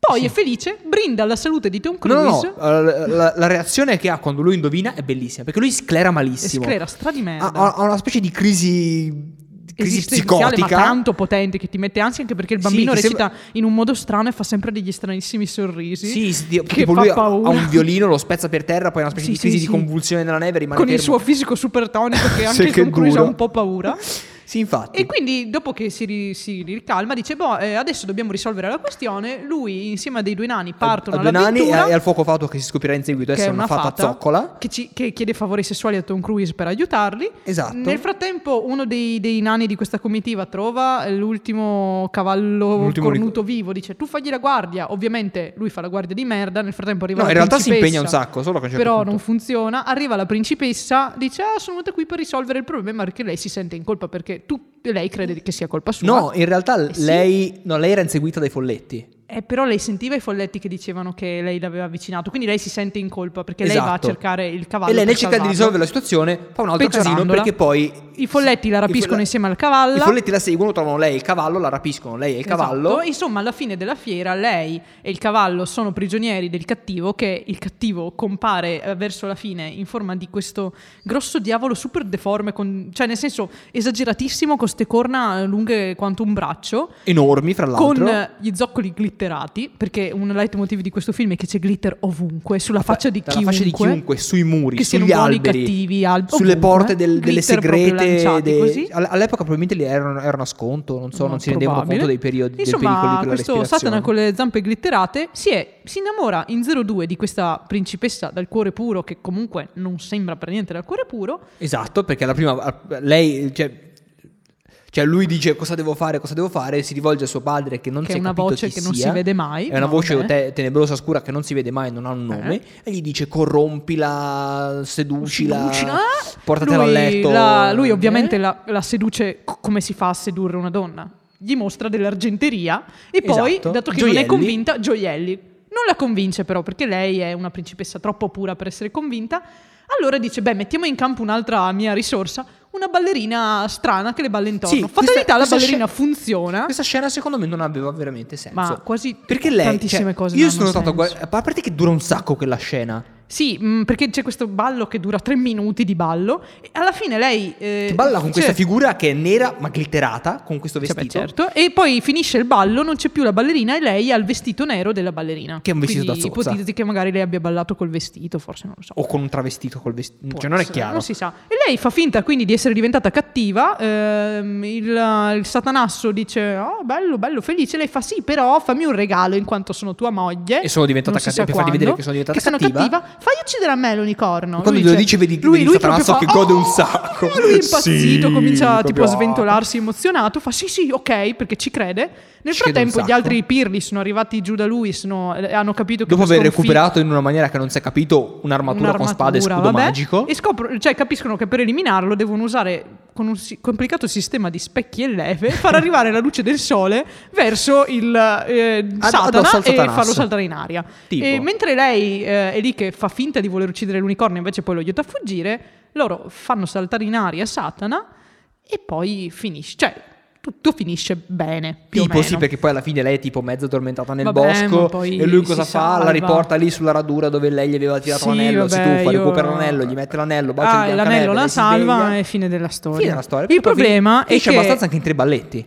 [SPEAKER 2] Poi
[SPEAKER 1] Sì.
[SPEAKER 2] è felice, brinda alla salute di Tom
[SPEAKER 1] No,
[SPEAKER 2] Cruise.
[SPEAKER 1] no, no, la, la- la reazione che ha quando lui indovina è bellissima, perché lui sclera
[SPEAKER 2] E
[SPEAKER 1] malissimo.
[SPEAKER 2] sclera stra di
[SPEAKER 1] ha,
[SPEAKER 2] merda.
[SPEAKER 1] ha- ha una specie di crisi, crisi
[SPEAKER 2] Esistenziale,
[SPEAKER 1] psicotica.
[SPEAKER 2] ma tanto potente che ti mette ansia anche perché il
[SPEAKER 1] Sì,
[SPEAKER 2] bambino
[SPEAKER 1] che
[SPEAKER 2] recita
[SPEAKER 1] sembra-
[SPEAKER 2] in un modo strano e fa sempre degli stranissimi sorrisi.
[SPEAKER 1] Sì, sì, ti-
[SPEAKER 2] che
[SPEAKER 1] tipo
[SPEAKER 2] fa
[SPEAKER 1] lui ha-
[SPEAKER 2] paura.
[SPEAKER 1] ha un violino, lo spezza per terra, poi ha una specie
[SPEAKER 2] Sì,
[SPEAKER 1] di
[SPEAKER 2] sì,
[SPEAKER 1] crisi
[SPEAKER 2] sì.
[SPEAKER 1] di convulsione nella neve, rimane
[SPEAKER 2] con il
[SPEAKER 1] fermo.
[SPEAKER 2] suo fisico super tonico che anche
[SPEAKER 1] Sì, che
[SPEAKER 2] Tom Cruise ha
[SPEAKER 1] duro.
[SPEAKER 2] un po' paura.
[SPEAKER 1] Sì, infatti.
[SPEAKER 2] E quindi dopo che si, ri- si ricalma dice boh eh, adesso dobbiamo risolvere la questione, lui insieme a dei due nani partono
[SPEAKER 1] a due nani e,
[SPEAKER 2] all'avventura
[SPEAKER 1] e al fuoco fatuo che si scoprirà in seguito
[SPEAKER 2] che è
[SPEAKER 1] essere una, fata, zoccola.
[SPEAKER 2] che, ci- che chiede favori sessuali a Tom Cruise per aiutarli.
[SPEAKER 1] Esatto.
[SPEAKER 2] Nel frattempo, uno dei, dei nani di questa comitiva trova l'ultimo cavallo
[SPEAKER 1] L'ultimo
[SPEAKER 2] cornuto vivo. Dice: Tu fagli la guardia. Ovviamente, lui fa la guardia di merda. Nel frattempo, arriva
[SPEAKER 1] No,
[SPEAKER 2] la
[SPEAKER 1] in realtà si
[SPEAKER 2] principessa,
[SPEAKER 1] impegna un sacco, solo che a un certo
[SPEAKER 2] però
[SPEAKER 1] punto-
[SPEAKER 2] non funziona. Arriva la principessa, dice: Ah, sono venuta qui per risolvere il problema. Perché lei si sente in colpa perché tu, lei crede che sia colpa sua.
[SPEAKER 1] No, in realtà
[SPEAKER 2] Eh sì.
[SPEAKER 1] lei, no, lei era inseguita dai folletti.
[SPEAKER 2] Eh, però lei sentiva i folletti che dicevano che lei l'aveva avvicinato, quindi lei si sente in colpa perché lei va a
[SPEAKER 1] Esatto.
[SPEAKER 2] cercare il cavallo.
[SPEAKER 1] E lei
[SPEAKER 2] per
[SPEAKER 1] nel cercare di
[SPEAKER 2] salvarlo.
[SPEAKER 1] risolvere la situazione fa un altro casino
[SPEAKER 2] Pezzarandola.
[SPEAKER 1] perché poi...
[SPEAKER 2] I folletti la
[SPEAKER 1] i
[SPEAKER 2] rapiscono
[SPEAKER 1] folle-
[SPEAKER 2] insieme al cavallo.
[SPEAKER 1] I folletti la seguono, trovano lei e il cavallo, la rapiscono lei e il cavallo.
[SPEAKER 2] Esatto. Insomma, alla fine della fiera lei e il cavallo sono prigionieri del cattivo che il cattivo compare eh, verso la fine in forma di questo grosso diavolo super deforme, con- cioè nel senso esageratissimo con ste corna lunghe quanto un braccio.
[SPEAKER 1] Enormi, fra l'altro.
[SPEAKER 2] Con eh, gli zoccoli glitterati, perché un leitmotiv di questo film è che c'è glitter ovunque, sulla faccia di,
[SPEAKER 1] Dalla faccia di chiunque, sui muri,
[SPEAKER 2] che siano
[SPEAKER 1] sugli
[SPEAKER 2] buoni,
[SPEAKER 1] alberi,
[SPEAKER 2] cattivi, al-
[SPEAKER 1] sulle
[SPEAKER 2] ovunque,
[SPEAKER 1] porte del- delle
[SPEAKER 2] glitter proprio
[SPEAKER 1] segrete.
[SPEAKER 2] lanciati
[SPEAKER 1] de-
[SPEAKER 2] così.
[SPEAKER 1] all- all'epoca probabilmente li erano, erano a sconto, non so,
[SPEAKER 2] No,
[SPEAKER 1] non si rendevano
[SPEAKER 2] probabile.
[SPEAKER 1] conto dei periodi
[SPEAKER 2] Insomma,
[SPEAKER 1] dei pericoli per la
[SPEAKER 2] questo
[SPEAKER 1] respirazione.
[SPEAKER 2] Satana con le zampe glitterate si, è- si innamora in 02 di questa principessa dal cuore puro, che comunque non sembra per niente dal cuore puro.
[SPEAKER 1] Esatto, perché alla prima lei cioè, cioè lui dice cosa devo fare, cosa devo fare, si rivolge a suo padre che non
[SPEAKER 2] Che
[SPEAKER 1] si
[SPEAKER 2] è
[SPEAKER 1] è
[SPEAKER 2] una
[SPEAKER 1] capito
[SPEAKER 2] voce
[SPEAKER 1] chi
[SPEAKER 2] che non si
[SPEAKER 1] sia.
[SPEAKER 2] vede mai,
[SPEAKER 1] È una
[SPEAKER 2] no,
[SPEAKER 1] voce
[SPEAKER 2] vabbè. Eh.
[SPEAKER 1] te- tenebrosa scura che non si vede mai, non ha un nome e gli dice corrompila, seducila,
[SPEAKER 2] Lucina-
[SPEAKER 1] portatela
[SPEAKER 2] ah, Lui
[SPEAKER 1] a letto.
[SPEAKER 2] la- lui ovviamente
[SPEAKER 1] Eh?
[SPEAKER 2] la, la seduce co- come si fa a sedurre una donna. Gli mostra dell'argenteria e poi,
[SPEAKER 1] Esatto.
[SPEAKER 2] dato che non è
[SPEAKER 1] Gioielli.
[SPEAKER 2] convinta, gioielli. Non la convince però perché lei è una principessa troppo pura per essere convinta. Allora dice, beh, mettiamo in campo un'altra mia risorsa, una ballerina strana che le balla intorno.
[SPEAKER 1] Sì,
[SPEAKER 2] Fatalità,
[SPEAKER 1] questa-
[SPEAKER 2] la
[SPEAKER 1] questa
[SPEAKER 2] ballerina
[SPEAKER 1] sce-
[SPEAKER 2] funziona.
[SPEAKER 1] Questa scena secondo me non aveva veramente senso.
[SPEAKER 2] Ma quasi
[SPEAKER 1] perché lei,
[SPEAKER 2] tantissime
[SPEAKER 1] cioè,
[SPEAKER 2] cose
[SPEAKER 1] Io
[SPEAKER 2] non
[SPEAKER 1] sono
[SPEAKER 2] hanno
[SPEAKER 1] stato a
[SPEAKER 2] senso.
[SPEAKER 1] guard- a parte che dura un sacco quella scena.
[SPEAKER 2] Sì, mh, perché c'è questo ballo che dura tre minuti di ballo e alla fine lei... eh,
[SPEAKER 1] Che balla con questa
[SPEAKER 2] cioè-
[SPEAKER 1] figura che è nera ma glitterata con questo
[SPEAKER 2] Cioè, beh,
[SPEAKER 1] vestito.
[SPEAKER 2] certo. E poi finisce il ballo, non c'è più la ballerina e lei ha il vestito nero della ballerina.
[SPEAKER 1] Che è un vestito
[SPEAKER 2] Quindi
[SPEAKER 1] da zozza.
[SPEAKER 2] ipotizzi che magari lei abbia ballato col vestito, forse non lo so.
[SPEAKER 1] O con un travestito col vestito.
[SPEAKER 2] Può
[SPEAKER 1] Cioè, non è
[SPEAKER 2] essere, Ah,
[SPEAKER 1] chiaro.
[SPEAKER 2] Non si sa. E lei fa finta quindi di essere diventata cattiva. ehm, il, il satanasso dice: Oh, bello, bello, felice. Lei fa: Sì, però fammi un regalo in quanto sono tua moglie.
[SPEAKER 1] E sono diventata
[SPEAKER 2] Non si
[SPEAKER 1] cattiva,
[SPEAKER 2] sa
[SPEAKER 1] per farti
[SPEAKER 2] quando,
[SPEAKER 1] vedere che sono diventata cattiva.
[SPEAKER 2] Fai uccidere a me l'unicorno.
[SPEAKER 1] Quando
[SPEAKER 2] Lui
[SPEAKER 1] glielo dice vedi- vedi il
[SPEAKER 2] proprio
[SPEAKER 1] satanasso
[SPEAKER 2] fa,
[SPEAKER 1] che gode un
[SPEAKER 2] "Oh!"
[SPEAKER 1] sacco.
[SPEAKER 2] Lui è impazzito,
[SPEAKER 1] Sì,
[SPEAKER 2] comincia tipo
[SPEAKER 1] proprio,
[SPEAKER 2] a
[SPEAKER 1] "Ah".
[SPEAKER 2] sventolarsi emozionato. Fa: Sì, sì, ok, perché ci crede. Nel
[SPEAKER 1] Ci crede un
[SPEAKER 2] frattempo, gli
[SPEAKER 1] sacco.
[SPEAKER 2] altri pirli sono arrivati giù da lui. sono- eh, hanno capito che
[SPEAKER 1] Dopo
[SPEAKER 2] questo
[SPEAKER 1] aver
[SPEAKER 2] è un figlio-
[SPEAKER 1] recuperato in una maniera che non si è capito un'armatura, con
[SPEAKER 2] un'armatura,
[SPEAKER 1] spada e scudo
[SPEAKER 2] vabbè,
[SPEAKER 1] magico.
[SPEAKER 2] E scopro- cioè, capiscono che per eliminarlo devono usare con un si- complicato sistema di specchi e leve far arrivare la luce del sole verso il eh,
[SPEAKER 1] addosso
[SPEAKER 2] Satana
[SPEAKER 1] al
[SPEAKER 2] e
[SPEAKER 1] Satanasso.
[SPEAKER 2] farlo saltare in aria.
[SPEAKER 1] Tipo.
[SPEAKER 2] E mentre lei eh, è lì che fa finta di voler uccidere l'unicorno, invece poi lo aiuta a fuggire, loro fanno saltare in aria Satana e poi finisce. Cioè, tutto finisce bene. più o
[SPEAKER 1] Tipo, sì,
[SPEAKER 2] meno.
[SPEAKER 1] perché poi alla fine lei è tipo mezzo addormentata nel
[SPEAKER 2] Vabbè, ma
[SPEAKER 1] bosco.
[SPEAKER 2] poi
[SPEAKER 1] E lui
[SPEAKER 2] si
[SPEAKER 1] cosa fa?
[SPEAKER 2] salva.
[SPEAKER 1] La riporta lì sulla radura dove lei gli aveva tirato
[SPEAKER 2] Sì,
[SPEAKER 1] l'anello. si
[SPEAKER 2] vabbè,
[SPEAKER 1] tuffa,
[SPEAKER 2] io-
[SPEAKER 1] recupera l'anello, gli mette l'anello, bacia
[SPEAKER 2] Ah,
[SPEAKER 1] il
[SPEAKER 2] e
[SPEAKER 1] biancaneve,
[SPEAKER 2] l'anello la
[SPEAKER 1] lei si
[SPEAKER 2] salva
[SPEAKER 1] sveglia.
[SPEAKER 2] e fine della storia.
[SPEAKER 1] Fine della storia. Poi
[SPEAKER 2] Il problema è
[SPEAKER 1] finisce
[SPEAKER 2] che
[SPEAKER 1] abbastanza anche in tre balletti.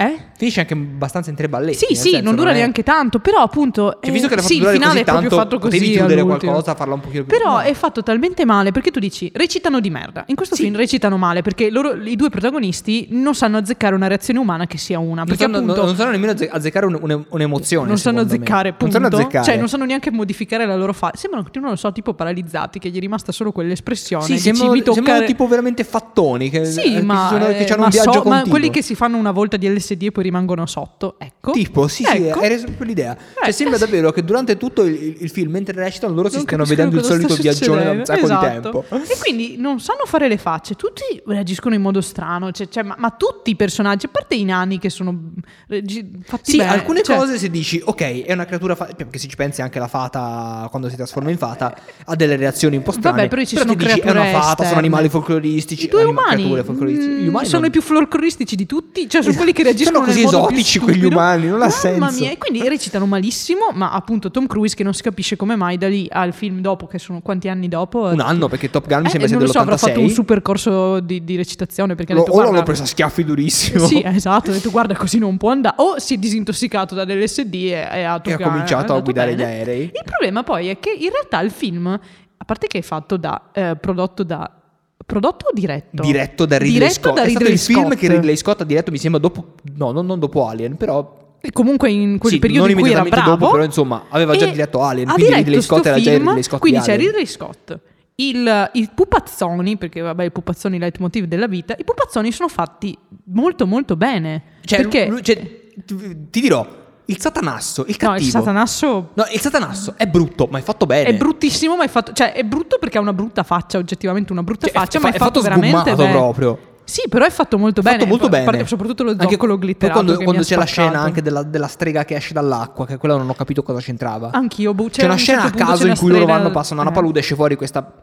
[SPEAKER 2] Eh?
[SPEAKER 1] Finisce anche abbastanza in tre balletti.
[SPEAKER 2] Sì,
[SPEAKER 1] nel
[SPEAKER 2] sì,
[SPEAKER 1] senso,
[SPEAKER 2] non dura
[SPEAKER 1] è-
[SPEAKER 2] neanche tanto, però appunto...
[SPEAKER 1] Cioè, visto
[SPEAKER 2] eh,
[SPEAKER 1] che l'ha fatto
[SPEAKER 2] sì, il
[SPEAKER 1] durare
[SPEAKER 2] finale
[SPEAKER 1] così
[SPEAKER 2] è proprio
[SPEAKER 1] tanto,
[SPEAKER 2] fatto così.
[SPEAKER 1] potevi chiudere
[SPEAKER 2] all'ultimo.
[SPEAKER 1] qualcosa, farla un pochino più-
[SPEAKER 2] Però
[SPEAKER 1] no.
[SPEAKER 2] è fatto talmente male perché tu dici recitano di merda. In questo
[SPEAKER 1] Sì.
[SPEAKER 2] film recitano male perché loro, i due protagonisti non sanno azzeccare una reazione umana che sia una.
[SPEAKER 1] Non
[SPEAKER 2] Perché
[SPEAKER 1] sanno,
[SPEAKER 2] appunto.
[SPEAKER 1] non- non sanno nemmeno azze- azzeccare un- un- un'emozione.
[SPEAKER 2] non sanno
[SPEAKER 1] secondo me.
[SPEAKER 2] azzeccare, punto.
[SPEAKER 1] Non sanno azzeccare.
[SPEAKER 2] Cioè, non sanno neanche modificare la loro faccia. Sembrano, non lo so, tipo paralizzati, che gli è rimasta solo quell'espressione.
[SPEAKER 1] Sì,
[SPEAKER 2] Dici,
[SPEAKER 1] sembrano,
[SPEAKER 2] "Mi tocca
[SPEAKER 1] sembrano
[SPEAKER 2] re-"
[SPEAKER 1] tipo veramente fattoni. Che,
[SPEAKER 2] Sì,
[SPEAKER 1] eh,
[SPEAKER 2] ma,
[SPEAKER 1] che, sono- che
[SPEAKER 2] eh,
[SPEAKER 1] c'hanno
[SPEAKER 2] ma
[SPEAKER 1] un viaggio
[SPEAKER 2] so- ma
[SPEAKER 1] continuo.
[SPEAKER 2] quelli che si fanno una volta di LSD e poi rimangono sotto, ecco.
[SPEAKER 1] Tipo, sì, sì,
[SPEAKER 2] Ecco.
[SPEAKER 1] hai reso proprio l'idea.
[SPEAKER 2] Eh,
[SPEAKER 1] Cioè, sembra
[SPEAKER 2] sì.
[SPEAKER 1] davvero che durante tutto il, il- il film, mentre recitano, loro si
[SPEAKER 2] Non
[SPEAKER 1] stiano
[SPEAKER 2] capiscono
[SPEAKER 1] vedendo il solito
[SPEAKER 2] cosa sta
[SPEAKER 1] viaggione da un sacco
[SPEAKER 2] succedendo.
[SPEAKER 1] di tempo.
[SPEAKER 2] Esatto. E quindi non sanno fare le facce, tutti reagiscono in modo strano, cioè- cioè, ma, ma tutti i personaggi, a parte i nani che sono mm, regi- fatti
[SPEAKER 1] Sì,
[SPEAKER 2] bene,
[SPEAKER 1] alcune
[SPEAKER 2] cioè-
[SPEAKER 1] cose se dici, ok, è una creatura fa- perché se ci pensi anche la fata quando si trasforma in fata ha delle reazioni un po' strane.
[SPEAKER 2] Vabbè, però ci sono
[SPEAKER 1] ti dici, "Eh, è
[SPEAKER 2] creature
[SPEAKER 1] una fata,
[SPEAKER 2] esterne.
[SPEAKER 1] sono animali folcloristici,
[SPEAKER 2] I due
[SPEAKER 1] anima-
[SPEAKER 2] umani,
[SPEAKER 1] creature folcloristiche.
[SPEAKER 2] mm,
[SPEAKER 1] Gli umani
[SPEAKER 2] sono
[SPEAKER 1] non- Esatto.
[SPEAKER 2] i più folcloristici di tutti, cioè sono quelli che reagiscono
[SPEAKER 1] Sono così
[SPEAKER 2] nel modo più
[SPEAKER 1] esotici
[SPEAKER 2] stupido.
[SPEAKER 1] quegli umani, non ha
[SPEAKER 2] Mamma
[SPEAKER 1] senso.
[SPEAKER 2] mia, e quindi recitano malissimo, ma appunto Tom Cruise che non si capisce come mai da lì al film dopo che sono quanti anni dopo
[SPEAKER 1] Un anno perché Top Gun mi
[SPEAKER 2] eh,
[SPEAKER 1] sembra sia
[SPEAKER 2] non lo so, avrà
[SPEAKER 1] dell'86.
[SPEAKER 2] fatto un super corso di, di recitazione perché ha
[SPEAKER 1] Lo-
[SPEAKER 2] detto
[SPEAKER 1] o l'hanno
[SPEAKER 2] guarda
[SPEAKER 1] preso a schiaffi durissimo.
[SPEAKER 2] Sì, esatto, ho detto guarda così non può andare. O si è disintossicato dall'LSD e, e ha toccato-
[SPEAKER 1] cominciato
[SPEAKER 2] è
[SPEAKER 1] a
[SPEAKER 2] andato
[SPEAKER 1] guidare
[SPEAKER 2] bene.
[SPEAKER 1] gli aerei.
[SPEAKER 2] Il problema poi è che in realtà il film, a parte che è fatto da, eh, prodotto da, prodotto o diretto?
[SPEAKER 1] Diretto da Ridley
[SPEAKER 2] Diretto
[SPEAKER 1] Scott.
[SPEAKER 2] da
[SPEAKER 1] è stato
[SPEAKER 2] Ridley
[SPEAKER 1] il film
[SPEAKER 2] Scott.
[SPEAKER 1] che Ridley Scott ha diretto, mi sembra, dopo... No, non, non dopo Alien, però...
[SPEAKER 2] E comunque in quel
[SPEAKER 1] Sì,
[SPEAKER 2] periodo
[SPEAKER 1] non
[SPEAKER 2] in cui era
[SPEAKER 1] immediatamente
[SPEAKER 2] bravo.
[SPEAKER 1] dopo, però, insomma, aveva già
[SPEAKER 2] e
[SPEAKER 1] diretto Alien,
[SPEAKER 2] ha
[SPEAKER 1] quindi
[SPEAKER 2] diretto
[SPEAKER 1] Ridley Scott
[SPEAKER 2] sto
[SPEAKER 1] era già il
[SPEAKER 2] film,
[SPEAKER 1] Ridley Scott di
[SPEAKER 2] Quindi c'è
[SPEAKER 1] Alien.
[SPEAKER 2] Ridley Scott. Il, I pupazzoni, perché vabbè, i pupazzoni è il leitmotiv della vita, i pupazzoni sono fatti molto molto bene.
[SPEAKER 1] Cioè,
[SPEAKER 2] perché
[SPEAKER 1] lui- cioè, ti ti dirò, il satanasso, il cattivo...
[SPEAKER 2] no, il satanasso
[SPEAKER 1] No, il satanasso è brutto, ma è fatto bene.
[SPEAKER 2] È bruttissimo, ma è fatto. Cioè, è brutto perché ha una brutta faccia, oggettivamente una brutta
[SPEAKER 1] Cioè, è
[SPEAKER 2] faccia,
[SPEAKER 1] fa-
[SPEAKER 2] ma
[SPEAKER 1] è
[SPEAKER 2] è
[SPEAKER 1] fatto
[SPEAKER 2] fatto, veramente.
[SPEAKER 1] sgommato
[SPEAKER 2] bene.
[SPEAKER 1] proprio.
[SPEAKER 2] Sì, però è fatto molto
[SPEAKER 1] Fatto
[SPEAKER 2] bene.
[SPEAKER 1] molto
[SPEAKER 2] a
[SPEAKER 1] bene.
[SPEAKER 2] parte- soprattutto lo
[SPEAKER 1] Anche
[SPEAKER 2] zoccolo glitterato.
[SPEAKER 1] Quando,
[SPEAKER 2] che mi
[SPEAKER 1] quando
[SPEAKER 2] ha
[SPEAKER 1] c'è la
[SPEAKER 2] spaccato.
[SPEAKER 1] scena anche della, della strega che esce dall'acqua, che quella non ho capito cosa c'entrava.
[SPEAKER 2] Anch'io, boh,
[SPEAKER 1] c'è una
[SPEAKER 2] un
[SPEAKER 1] scena
[SPEAKER 2] certo
[SPEAKER 1] a
[SPEAKER 2] punto
[SPEAKER 1] caso
[SPEAKER 2] c'è
[SPEAKER 1] in
[SPEAKER 2] una
[SPEAKER 1] cui loro
[SPEAKER 2] strega-
[SPEAKER 1] vanno, passano una
[SPEAKER 2] eh.
[SPEAKER 1] palude e esce fuori questa.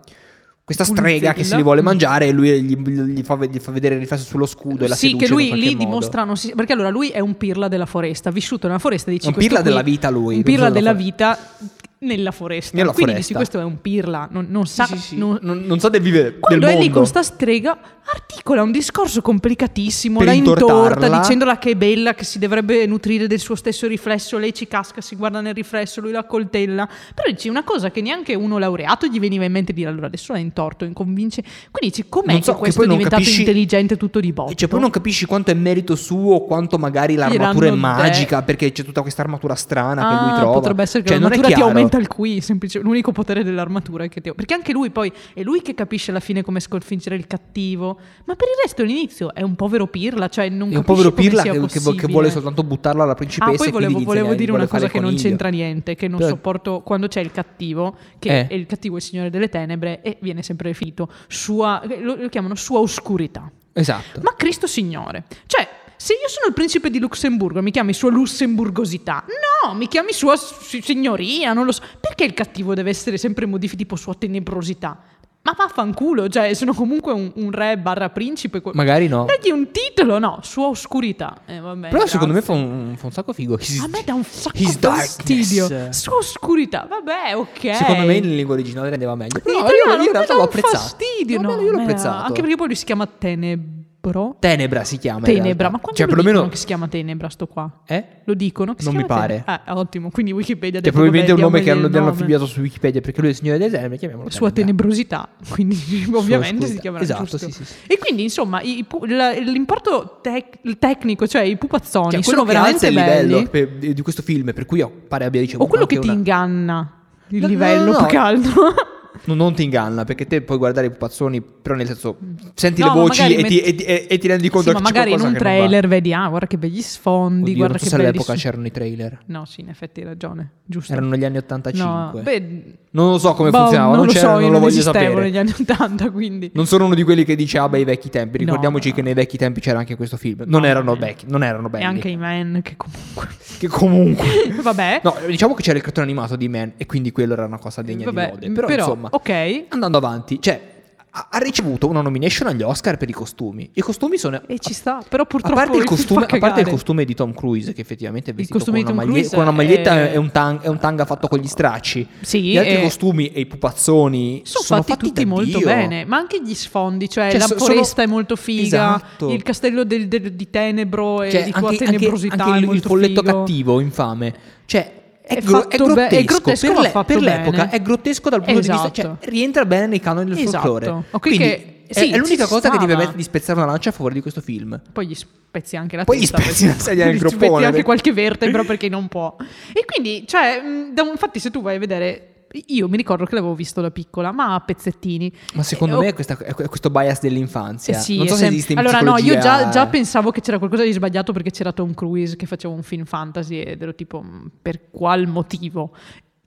[SPEAKER 1] Questa strega che se
[SPEAKER 2] Pulzilla.
[SPEAKER 1] li vuole mangiare e lui gli, gli fa, gli fa vedere il riflesso sullo scudo e la
[SPEAKER 2] Sì,
[SPEAKER 1] seduce
[SPEAKER 2] che
[SPEAKER 1] in
[SPEAKER 2] lui
[SPEAKER 1] qualche
[SPEAKER 2] lì
[SPEAKER 1] modo.
[SPEAKER 2] dimostra. non si- perché allora lui è un pirla della foresta, vissuto nella foresta. Dici,
[SPEAKER 1] Un
[SPEAKER 2] questo
[SPEAKER 1] pirla
[SPEAKER 2] qui-
[SPEAKER 1] della vita lui,
[SPEAKER 2] Un pirla
[SPEAKER 1] vissuto
[SPEAKER 2] della
[SPEAKER 1] nella
[SPEAKER 2] vita nella foresta.
[SPEAKER 1] Nella
[SPEAKER 2] Quindi
[SPEAKER 1] foresta.
[SPEAKER 2] dici, questo è un pirla, non, non sa.
[SPEAKER 1] Sì, sì, sì.
[SPEAKER 2] non-
[SPEAKER 1] non, non so del vivere
[SPEAKER 2] Quando
[SPEAKER 1] del
[SPEAKER 2] è lì
[SPEAKER 1] mondo.
[SPEAKER 2] con sta strega, articola un discorso complicatissimo,
[SPEAKER 1] Per
[SPEAKER 2] la intorta
[SPEAKER 1] intortarla.
[SPEAKER 2] dicendola che è bella, che si dovrebbe nutrire del suo stesso riflesso, lei ci casca, si guarda nel riflesso, lui la coltella. Però dici una cosa che neanche uno laureato gli veniva in mente di dire allora adesso la intorto, inconvince. Quindi dici com'è
[SPEAKER 1] Non so,
[SPEAKER 2] che questo
[SPEAKER 1] poi
[SPEAKER 2] è
[SPEAKER 1] non
[SPEAKER 2] diventato
[SPEAKER 1] capisci-
[SPEAKER 2] intelligente tutto di botto?
[SPEAKER 1] Cioè, poi non capisci quanto è merito suo o quanto magari l'armatura è
[SPEAKER 2] Gliel'hanno de-
[SPEAKER 1] magica, perché c'è tutta questa armatura strana che
[SPEAKER 2] Ah,
[SPEAKER 1] lui trova.
[SPEAKER 2] Potrebbe essere che
[SPEAKER 1] Cioè, non è
[SPEAKER 2] l'armatura ti
[SPEAKER 1] chiaro.
[SPEAKER 2] aumenta il qui, semplice, l'unico potere dell'armatura è che ti Perché anche lui poi è lui che capisce alla fine come sconfiggere il cattivo, ma per il resto all'inizio è un povero pirla, cioè non
[SPEAKER 1] È un
[SPEAKER 2] capisci
[SPEAKER 1] povero
[SPEAKER 2] come
[SPEAKER 1] pirla
[SPEAKER 2] sia
[SPEAKER 1] che, che vo- che
[SPEAKER 2] possibile.
[SPEAKER 1] vuole soltanto buttarla alla principessa.
[SPEAKER 2] Ah, poi
[SPEAKER 1] e quindi
[SPEAKER 2] volevo,
[SPEAKER 1] gli
[SPEAKER 2] volevo
[SPEAKER 1] insegna- gli
[SPEAKER 2] dire
[SPEAKER 1] vuole
[SPEAKER 2] una
[SPEAKER 1] fare il
[SPEAKER 2] cosa che non
[SPEAKER 1] coniglio.
[SPEAKER 2] c'entra niente, che non
[SPEAKER 1] Però-
[SPEAKER 2] sopporto quando c'è il cattivo, che
[SPEAKER 1] Eh.
[SPEAKER 2] è il cattivo il signore delle tenebre e viene sempre finito, sua, lo- lo chiamano sua oscurità.
[SPEAKER 1] Esatto.
[SPEAKER 2] Ma Cristo Signore, cioè, se io sono il principe di Lussemburgo e mi chiami sua lussemburgosità, no, mi chiami sua s- signoria, non lo so. Perché il cattivo deve essere sempre modificato tipo sua tenebrosità? Ma vaffanculo, cioè, sono comunque un, un re barra principe. que-
[SPEAKER 1] Magari no.
[SPEAKER 2] Dagli un titolo, no, sua oscurità. Eh, vabbè,
[SPEAKER 1] Però secondo me
[SPEAKER 2] grazie.
[SPEAKER 1] fa un, fa un sacco figo. His-
[SPEAKER 2] A me dà un sacco
[SPEAKER 1] his
[SPEAKER 2] fastidio.
[SPEAKER 1] darkness.
[SPEAKER 2] Sua oscurità, vabbè, ok.
[SPEAKER 1] Secondo me in lingua originale rendeva meglio.
[SPEAKER 2] In
[SPEAKER 1] Però io,
[SPEAKER 2] italiano
[SPEAKER 1] io in
[SPEAKER 2] mi
[SPEAKER 1] realtà
[SPEAKER 2] dà
[SPEAKER 1] l'ho
[SPEAKER 2] un
[SPEAKER 1] apprezzato.
[SPEAKER 2] fastidio,
[SPEAKER 1] No,
[SPEAKER 2] no,
[SPEAKER 1] io l'ho
[SPEAKER 2] me-
[SPEAKER 1] apprezzato.
[SPEAKER 2] Anche perché poi lui si chiama Tenebro.
[SPEAKER 1] Tenebra si chiama. in
[SPEAKER 2] Tenebra,
[SPEAKER 1] realtà.
[SPEAKER 2] ma quando
[SPEAKER 1] Cioè,
[SPEAKER 2] lo
[SPEAKER 1] perlomeno.
[SPEAKER 2] dicono che si chiama Tenebra sto qua?
[SPEAKER 1] Eh?
[SPEAKER 2] Lo dicono? Che si
[SPEAKER 1] Non mi
[SPEAKER 2] chiama
[SPEAKER 1] pare.
[SPEAKER 2] Tenebra? Ah, ottimo, quindi Wikipedia ha
[SPEAKER 1] Che
[SPEAKER 2] detto,
[SPEAKER 1] probabilmente è un
[SPEAKER 2] vabbè,
[SPEAKER 1] nome che hanno,
[SPEAKER 2] diamogli
[SPEAKER 1] hanno
[SPEAKER 2] il nome.
[SPEAKER 1] affibbiato su Wikipedia perché lui è il signore dei terme. Chiamiamolo
[SPEAKER 2] Sua
[SPEAKER 1] Tenebra.
[SPEAKER 2] tenebrosità, quindi ovviamente si chiamerà
[SPEAKER 1] Esatto,
[SPEAKER 2] giusto.
[SPEAKER 1] sì, sì, sì.
[SPEAKER 2] E quindi insomma i- i pu- la- l'importo tec- il tecnico, cioè i pupazzoni,
[SPEAKER 1] Cioè, quello
[SPEAKER 2] sono
[SPEAKER 1] che alza
[SPEAKER 2] veramente
[SPEAKER 1] il
[SPEAKER 2] belli.
[SPEAKER 1] livello per- di di questo film, per cui pare abbia ricevuto.
[SPEAKER 2] o quello che
[SPEAKER 1] anche
[SPEAKER 2] ti
[SPEAKER 1] una-
[SPEAKER 2] inganna il
[SPEAKER 1] No, no,
[SPEAKER 2] livello
[SPEAKER 1] no, no.
[SPEAKER 2] più che altro.
[SPEAKER 1] No, non ti inganna perché te puoi guardare i pupazzoni, però nel senso senti
[SPEAKER 2] No,
[SPEAKER 1] le
[SPEAKER 2] ma
[SPEAKER 1] voci
[SPEAKER 2] magari
[SPEAKER 1] e, ti,
[SPEAKER 2] metti-
[SPEAKER 1] e ti- e- e ti rendi conto
[SPEAKER 2] Sì,
[SPEAKER 1] che
[SPEAKER 2] ma
[SPEAKER 1] c'è
[SPEAKER 2] magari in
[SPEAKER 1] qualcosa
[SPEAKER 2] un
[SPEAKER 1] che non va.
[SPEAKER 2] trailer vedi, ah, guarda che begli sfondi,
[SPEAKER 1] Oddio,
[SPEAKER 2] guarda
[SPEAKER 1] non so
[SPEAKER 2] che
[SPEAKER 1] se
[SPEAKER 2] belli
[SPEAKER 1] all'epoca
[SPEAKER 2] su-
[SPEAKER 1] c'erano i trailer.
[SPEAKER 2] No, sì, in effetti hai ragione, giusto.
[SPEAKER 1] Erano negli anni
[SPEAKER 2] No,
[SPEAKER 1] 85.
[SPEAKER 2] beh,
[SPEAKER 1] non lo so come
[SPEAKER 2] boh,
[SPEAKER 1] funzionava,
[SPEAKER 2] non
[SPEAKER 1] non,
[SPEAKER 2] lo
[SPEAKER 1] c'era,
[SPEAKER 2] so, io
[SPEAKER 1] non lo voglio
[SPEAKER 2] esistevo
[SPEAKER 1] sapere.
[SPEAKER 2] negli anni 80, quindi
[SPEAKER 1] Non sono uno di quelli che dice ah beh i vecchi tempi,
[SPEAKER 2] No,
[SPEAKER 1] ricordiamoci
[SPEAKER 2] no.
[SPEAKER 1] che nei vecchi tempi c'era anche questo film. Non
[SPEAKER 2] No,
[SPEAKER 1] erano
[SPEAKER 2] no.
[SPEAKER 1] vecchi, non erano
[SPEAKER 2] e
[SPEAKER 1] belli.
[SPEAKER 2] anche i man che comunque
[SPEAKER 1] Che comunque
[SPEAKER 2] Vabbè.
[SPEAKER 1] No, diciamo che c'era il cartone animato di Man e quindi quello era una cosa degna
[SPEAKER 2] Vabbè, mm,
[SPEAKER 1] di lode, però, insomma
[SPEAKER 2] ok.
[SPEAKER 1] andando avanti, cioè ha ha ricevuto una nomination agli Oscar per i costumi. I costumi sono...
[SPEAKER 2] E ci sta, però
[SPEAKER 1] a
[SPEAKER 2] purtroppo
[SPEAKER 1] parte, il
[SPEAKER 2] ti fa
[SPEAKER 1] costume, a parte
[SPEAKER 2] cagare.
[SPEAKER 1] il costume di Tom Cruise, che effettivamente è vestito con
[SPEAKER 2] costume
[SPEAKER 1] una,
[SPEAKER 2] di Tom
[SPEAKER 1] maglie-
[SPEAKER 2] Cruise
[SPEAKER 1] con una maglietta
[SPEAKER 2] è-
[SPEAKER 1] e un, tan- e un tanga fatto con gli stracci.
[SPEAKER 2] Sì,
[SPEAKER 1] Gli altri
[SPEAKER 2] e-
[SPEAKER 1] costumi e i pupazzoni
[SPEAKER 2] sono,
[SPEAKER 1] sono,
[SPEAKER 2] fatti, tutti
[SPEAKER 1] da
[SPEAKER 2] molto
[SPEAKER 1] Dio.
[SPEAKER 2] bene, ma anche gli sfondi, cioè,
[SPEAKER 1] Cioè,
[SPEAKER 2] la
[SPEAKER 1] so-
[SPEAKER 2] foresta
[SPEAKER 1] sono-
[SPEAKER 2] è molto figa,
[SPEAKER 1] Esatto.
[SPEAKER 2] il castello del- del- di tenebro e
[SPEAKER 1] Cioè,
[SPEAKER 2] di tua
[SPEAKER 1] anche, anche-
[SPEAKER 2] tenebrosità
[SPEAKER 1] anche
[SPEAKER 2] è
[SPEAKER 1] il, il
[SPEAKER 2] molto
[SPEAKER 1] folletto
[SPEAKER 2] figo.
[SPEAKER 1] cattivo, infame. Cioè, è,
[SPEAKER 2] È
[SPEAKER 1] gro-
[SPEAKER 2] fatto be- è
[SPEAKER 1] è grottesco,
[SPEAKER 2] grottesco,
[SPEAKER 1] per,
[SPEAKER 2] ma
[SPEAKER 1] le-
[SPEAKER 2] fatto
[SPEAKER 1] per
[SPEAKER 2] bene.
[SPEAKER 1] l'epoca, è grottesco dal punto di vista,
[SPEAKER 2] Esatto.
[SPEAKER 1] cioè, rientra bene nei canoni del
[SPEAKER 2] Esatto.
[SPEAKER 1] folklore.
[SPEAKER 2] Ok,
[SPEAKER 1] Quindi
[SPEAKER 2] che-
[SPEAKER 1] è-
[SPEAKER 2] sì,
[SPEAKER 1] è, l'unica
[SPEAKER 2] ci
[SPEAKER 1] cosa che ti
[SPEAKER 2] stava.
[SPEAKER 1] permette di spezzare una lancia a favore di questo film.
[SPEAKER 2] Poi gli spezzi anche la
[SPEAKER 1] Poi gli
[SPEAKER 2] testa.
[SPEAKER 1] spezzi
[SPEAKER 2] perché-
[SPEAKER 1] la sedia nel
[SPEAKER 2] gli
[SPEAKER 1] groppone,
[SPEAKER 2] spezzi anche
[SPEAKER 1] perché-
[SPEAKER 2] qualche vertebra perché non può. E quindi, cioè, mh, da un- infatti se tu vai a vedere... Io mi ricordo che l'avevo visto da piccola, ma a pezzettini.
[SPEAKER 1] Ma secondo
[SPEAKER 2] Eh,
[SPEAKER 1] me è, questa- è questo bias
[SPEAKER 2] Eh
[SPEAKER 1] dell'infanzia.
[SPEAKER 2] sì,
[SPEAKER 1] non so
[SPEAKER 2] è
[SPEAKER 1] se
[SPEAKER 2] sem-
[SPEAKER 1] esiste in
[SPEAKER 2] allora no, io già,
[SPEAKER 1] psicologia.
[SPEAKER 2] già pensavo che c'era qualcosa di sbagliato perché c'era Tom Cruise che faceva un film fantasy ed ero tipo "Mh, per qual motivo?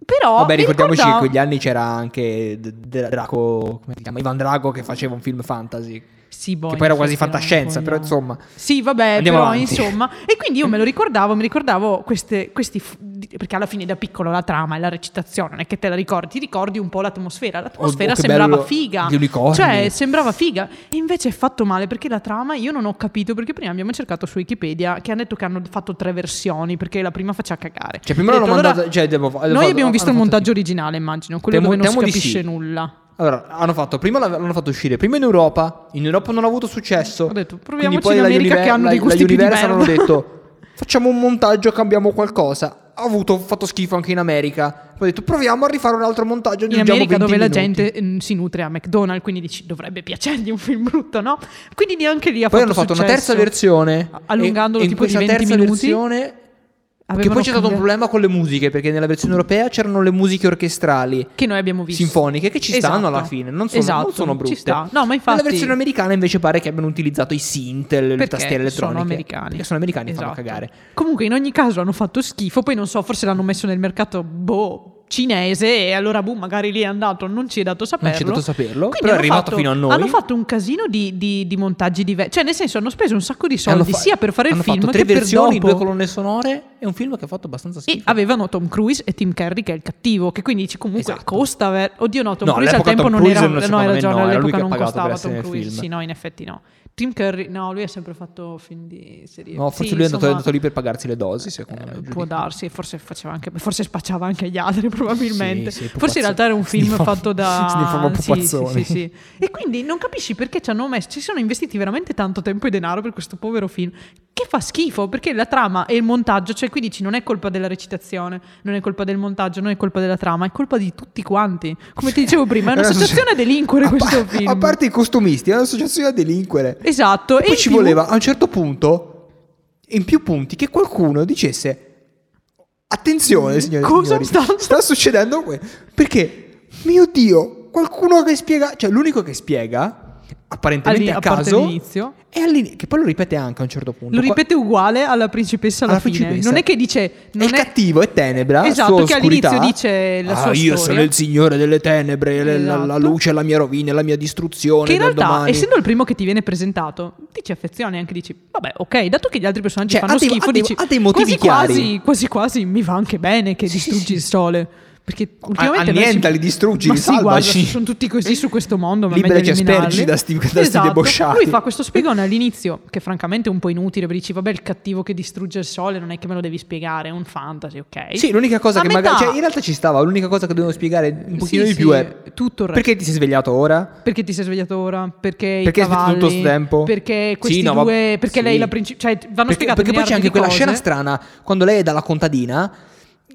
[SPEAKER 2] Però
[SPEAKER 1] Vabbè,
[SPEAKER 2] oh, mi
[SPEAKER 1] ricordiamoci che in
[SPEAKER 2] ricordavo-
[SPEAKER 1] quegli anni c'era anche D- D- Draco, come si chiama? Ivan Drago che faceva un film fantasy.
[SPEAKER 2] Sì, boh,
[SPEAKER 1] che poi era quasi
[SPEAKER 2] infatti non
[SPEAKER 1] fantascienza, però
[SPEAKER 2] vogliamo.
[SPEAKER 1] insomma.
[SPEAKER 2] Sì, vabbè,
[SPEAKER 1] Andiamo
[SPEAKER 2] però
[SPEAKER 1] avanti.
[SPEAKER 2] insomma. E quindi io me lo ricordavo, mi ricordavo queste, questi. f- di- Perché alla fine da piccolo la trama e la recitazione non è che te la ricordi, ti ricordi un po' l'atmosfera. L'atmosfera
[SPEAKER 1] Oh, che
[SPEAKER 2] sembrava
[SPEAKER 1] bello,
[SPEAKER 2] figa.
[SPEAKER 1] gli unicorni.
[SPEAKER 2] Cioè, sembrava figa. E invece è fatto male perché la trama io non ho capito. Perché prima abbiamo cercato su Wikipedia che hanno detto che hanno fatto tre versioni perché la prima faceva cagare.
[SPEAKER 1] Cioè, prima
[SPEAKER 2] Ho
[SPEAKER 1] l'hanno
[SPEAKER 2] detto, allora,
[SPEAKER 1] mandata- cioè, devo-
[SPEAKER 2] noi
[SPEAKER 1] hanno
[SPEAKER 2] abbiamo
[SPEAKER 1] fatto-
[SPEAKER 2] visto il
[SPEAKER 1] hanno fatto
[SPEAKER 2] montaggio
[SPEAKER 1] tipo-
[SPEAKER 2] originale, immagino, quello
[SPEAKER 1] Temo-
[SPEAKER 2] dove non si
[SPEAKER 1] temo di
[SPEAKER 2] capisce
[SPEAKER 1] sì.
[SPEAKER 2] nulla.
[SPEAKER 1] Allora, hanno fatto, prima l'av- l'hanno fatto uscire, prima in Europa, in Europa non ha avuto successo.
[SPEAKER 2] Ho detto,
[SPEAKER 1] Quindi
[SPEAKER 2] proviamoci
[SPEAKER 1] poi
[SPEAKER 2] in
[SPEAKER 1] la
[SPEAKER 2] America
[SPEAKER 1] Univer-
[SPEAKER 2] che hanno
[SPEAKER 1] la-
[SPEAKER 2] dei
[SPEAKER 1] la
[SPEAKER 2] gusti più di
[SPEAKER 1] Universal hanno
[SPEAKER 2] merda.
[SPEAKER 1] detto, facciamo un montaggio, cambiamo qualcosa. Ha avuto, fatto schifo anche in America. Poi ho detto, proviamo a rifare un altro montaggio.
[SPEAKER 2] in
[SPEAKER 1] aggiungiamo
[SPEAKER 2] America
[SPEAKER 1] 20
[SPEAKER 2] dove la
[SPEAKER 1] minuti."
[SPEAKER 2] gente mm, si nutre a McDonald's, quindi dici dovrebbe piacergli un film brutto, no? Quindi neanche lì ha
[SPEAKER 1] Poi
[SPEAKER 2] fatto
[SPEAKER 1] hanno fatto una
[SPEAKER 2] successo.
[SPEAKER 1] terza versione.
[SPEAKER 2] allungandolo
[SPEAKER 1] e- e in
[SPEAKER 2] tipo di
[SPEAKER 1] questa
[SPEAKER 2] 20
[SPEAKER 1] terza
[SPEAKER 2] minuti.
[SPEAKER 1] versione Che
[SPEAKER 2] Avevano
[SPEAKER 1] poi c'è stato un
[SPEAKER 2] cambiato-
[SPEAKER 1] problema con le musiche, perché nella versione europea c'erano le musiche orchestrali,
[SPEAKER 2] che noi abbiamo visto.
[SPEAKER 1] sinfoniche, che ci
[SPEAKER 2] Esatto.
[SPEAKER 1] stanno alla fine, non sono,
[SPEAKER 2] Esatto,
[SPEAKER 1] non sono
[SPEAKER 2] ci
[SPEAKER 1] brutte.
[SPEAKER 2] sta. No, ma infatti-
[SPEAKER 1] Nella versione americana invece pare che abbiano utilizzato i synth, le
[SPEAKER 2] Perché
[SPEAKER 1] tastiere elettroniche.
[SPEAKER 2] sono americani.
[SPEAKER 1] Perché sono americani, fanno
[SPEAKER 2] Esatto.
[SPEAKER 1] cagare.
[SPEAKER 2] Comunque in ogni caso hanno fatto schifo, poi non so, forse l'hanno messo nel mercato boh, cinese e allora boh, magari lì è andato, non ci è dato saperlo.
[SPEAKER 1] Non c'è dato saperlo,
[SPEAKER 2] Quindi
[SPEAKER 1] però è
[SPEAKER 2] hanno
[SPEAKER 1] arrivato
[SPEAKER 2] fatto-
[SPEAKER 1] fino a noi.
[SPEAKER 2] Hanno fatto un casino di, di- di montaggi diversi. Cioè, nel senso, hanno speso un sacco di
[SPEAKER 1] Hanno
[SPEAKER 2] soldi
[SPEAKER 1] fa-
[SPEAKER 2] sia per fare il
[SPEAKER 1] hanno
[SPEAKER 2] film
[SPEAKER 1] fatto
[SPEAKER 2] che
[SPEAKER 1] tre
[SPEAKER 2] per
[SPEAKER 1] versioni,
[SPEAKER 2] dopo.
[SPEAKER 1] due colonne sonore e un film che ha fatto abbastanza schifo.
[SPEAKER 2] E avevano Tom Cruise e Tim Curry che è il cattivo, che quindi dice comunque
[SPEAKER 1] Esatto.
[SPEAKER 2] costa... aver- Oddio no, Tom
[SPEAKER 1] No,
[SPEAKER 2] Cruise al
[SPEAKER 1] all'epoca
[SPEAKER 2] tempo
[SPEAKER 1] Tom
[SPEAKER 2] non
[SPEAKER 1] Cruise
[SPEAKER 2] era...
[SPEAKER 1] non-
[SPEAKER 2] no,
[SPEAKER 1] secondo
[SPEAKER 2] hai
[SPEAKER 1] me
[SPEAKER 2] ragione,
[SPEAKER 1] no, era lui
[SPEAKER 2] all'epoca
[SPEAKER 1] che ha
[SPEAKER 2] non
[SPEAKER 1] pagato per
[SPEAKER 2] costava
[SPEAKER 1] essere
[SPEAKER 2] Tom
[SPEAKER 1] nel
[SPEAKER 2] Cruise.
[SPEAKER 1] film.
[SPEAKER 2] Sì, no, in effetti no. Tim Curry, no, lui ha sempre fatto film di serie.
[SPEAKER 1] No, forse
[SPEAKER 2] Sì,
[SPEAKER 1] lui è andato, è
[SPEAKER 2] insomma,
[SPEAKER 1] andato lì per pagarsi le dosi, secondo me.
[SPEAKER 2] eh,
[SPEAKER 1] giudico.
[SPEAKER 2] Può darsi, forse, faceva anche, forse spacciava anche agli altri probabilmente.
[SPEAKER 1] Sì, sì,
[SPEAKER 2] forse in
[SPEAKER 1] pupazzo-
[SPEAKER 2] realtà era un film
[SPEAKER 1] sniffava-
[SPEAKER 2] fatto da...
[SPEAKER 1] sniffava
[SPEAKER 2] sì, sì,
[SPEAKER 1] pupazzoni.
[SPEAKER 2] sì, sì. E quindi non capisci perché ci hanno messo, ci sono investiti veramente tanto tempo e denaro per questo povero film. Che fa schifo perché la trama e il montaggio, cioè qui dici non è colpa della recitazione, non è colpa del montaggio, non è colpa della trama, è colpa di tutti quanti. Come ti dicevo prima, è
[SPEAKER 1] Era
[SPEAKER 2] un'associazione a
[SPEAKER 1] un'associ-
[SPEAKER 2] delinquere
[SPEAKER 1] a pa-
[SPEAKER 2] questo film.
[SPEAKER 1] A parte i costumisti, è un'associazione a delinquere.
[SPEAKER 2] Esatto.
[SPEAKER 1] E poi
[SPEAKER 2] in
[SPEAKER 1] ci
[SPEAKER 2] più-
[SPEAKER 1] voleva a un certo punto, in più punti, che qualcuno dicesse: Attenzione, signore e
[SPEAKER 2] Mm, Cosa
[SPEAKER 1] signori,
[SPEAKER 2] sta-
[SPEAKER 1] sta succedendo? que-" Perché, mio Dio, qualcuno che spiega, cioè l'unico che spiega, apparentemente
[SPEAKER 2] All'in-
[SPEAKER 1] a
[SPEAKER 2] a parte
[SPEAKER 1] caso,
[SPEAKER 2] l'inizio.
[SPEAKER 1] è all'inizio, che poi lo ripete anche a un certo punto.
[SPEAKER 2] Lo
[SPEAKER 1] Qua-
[SPEAKER 2] ripete uguale alla principessa alla,
[SPEAKER 1] alla
[SPEAKER 2] fine.
[SPEAKER 1] principessa.
[SPEAKER 2] Non è che dice. Non
[SPEAKER 1] è
[SPEAKER 2] è...
[SPEAKER 1] cattivo, è tenebra.
[SPEAKER 2] Esatto,
[SPEAKER 1] sua
[SPEAKER 2] che
[SPEAKER 1] oscurità.
[SPEAKER 2] all'inizio dice la
[SPEAKER 1] ah,
[SPEAKER 2] sua
[SPEAKER 1] Io
[SPEAKER 2] storia.
[SPEAKER 1] sono il signore delle tenebre, la- la, la
[SPEAKER 2] Esatto.
[SPEAKER 1] luce è la mia rovina, è la mia distruzione.
[SPEAKER 2] Che in
[SPEAKER 1] del
[SPEAKER 2] realtà,
[SPEAKER 1] domani.
[SPEAKER 2] essendo il primo che ti viene presentato, ti ci affezioni anche dici, vabbè, ok, dato che gli altri personaggi
[SPEAKER 1] Cioè,
[SPEAKER 2] fanno
[SPEAKER 1] ha dei-
[SPEAKER 2] schifo,
[SPEAKER 1] ha dei-
[SPEAKER 2] dici,
[SPEAKER 1] ha dei motivi
[SPEAKER 2] quasi, quasi,
[SPEAKER 1] chiari."
[SPEAKER 2] quasi quasi mi va anche bene che
[SPEAKER 1] Sì, sì,
[SPEAKER 2] distruggi
[SPEAKER 1] sì.
[SPEAKER 2] il sole. Perché ultimamente... non
[SPEAKER 1] annientali,
[SPEAKER 2] si-
[SPEAKER 1] distruggi,
[SPEAKER 2] ma
[SPEAKER 1] li
[SPEAKER 2] sì, guarda,
[SPEAKER 1] salvaci.
[SPEAKER 2] sono tutti così su questo mondo, ma è
[SPEAKER 1] Liberaci
[SPEAKER 2] meglio eliminarli. Esatto.
[SPEAKER 1] aspergi da sti- da sti debosciati.
[SPEAKER 2] Lui fa questo spiegone all'inizio, che francamente è un po' inutile, perché dici, vabbè, il cattivo che distrugge il sole non è che me lo devi spiegare, è un fantasy, ok?
[SPEAKER 1] Sì, l'unica cosa
[SPEAKER 2] A
[SPEAKER 1] che
[SPEAKER 2] metà-
[SPEAKER 1] magari. Cioè, in realtà ci stava. L'unica cosa che dovevo spiegare un pochino
[SPEAKER 2] Sì,
[SPEAKER 1] di
[SPEAKER 2] sì,
[SPEAKER 1] più è.
[SPEAKER 2] tutto il resto.
[SPEAKER 1] Perché ti sei svegliato ora?
[SPEAKER 2] Perché ti sei svegliato ora? Perché,
[SPEAKER 1] Perché
[SPEAKER 2] i
[SPEAKER 1] hai aspettato
[SPEAKER 2] cavalli?
[SPEAKER 1] tutto questo tempo?
[SPEAKER 2] Perché questi
[SPEAKER 1] Sì, no, va-
[SPEAKER 2] due... Perché
[SPEAKER 1] sì.
[SPEAKER 2] lei è la principessa... Cioè, vanno
[SPEAKER 1] perché,
[SPEAKER 2] spiegate
[SPEAKER 1] Perché poi c'è
[SPEAKER 2] miliardi
[SPEAKER 1] anche
[SPEAKER 2] di
[SPEAKER 1] quella
[SPEAKER 2] cose.
[SPEAKER 1] scena strana quando lei è dalla contadina.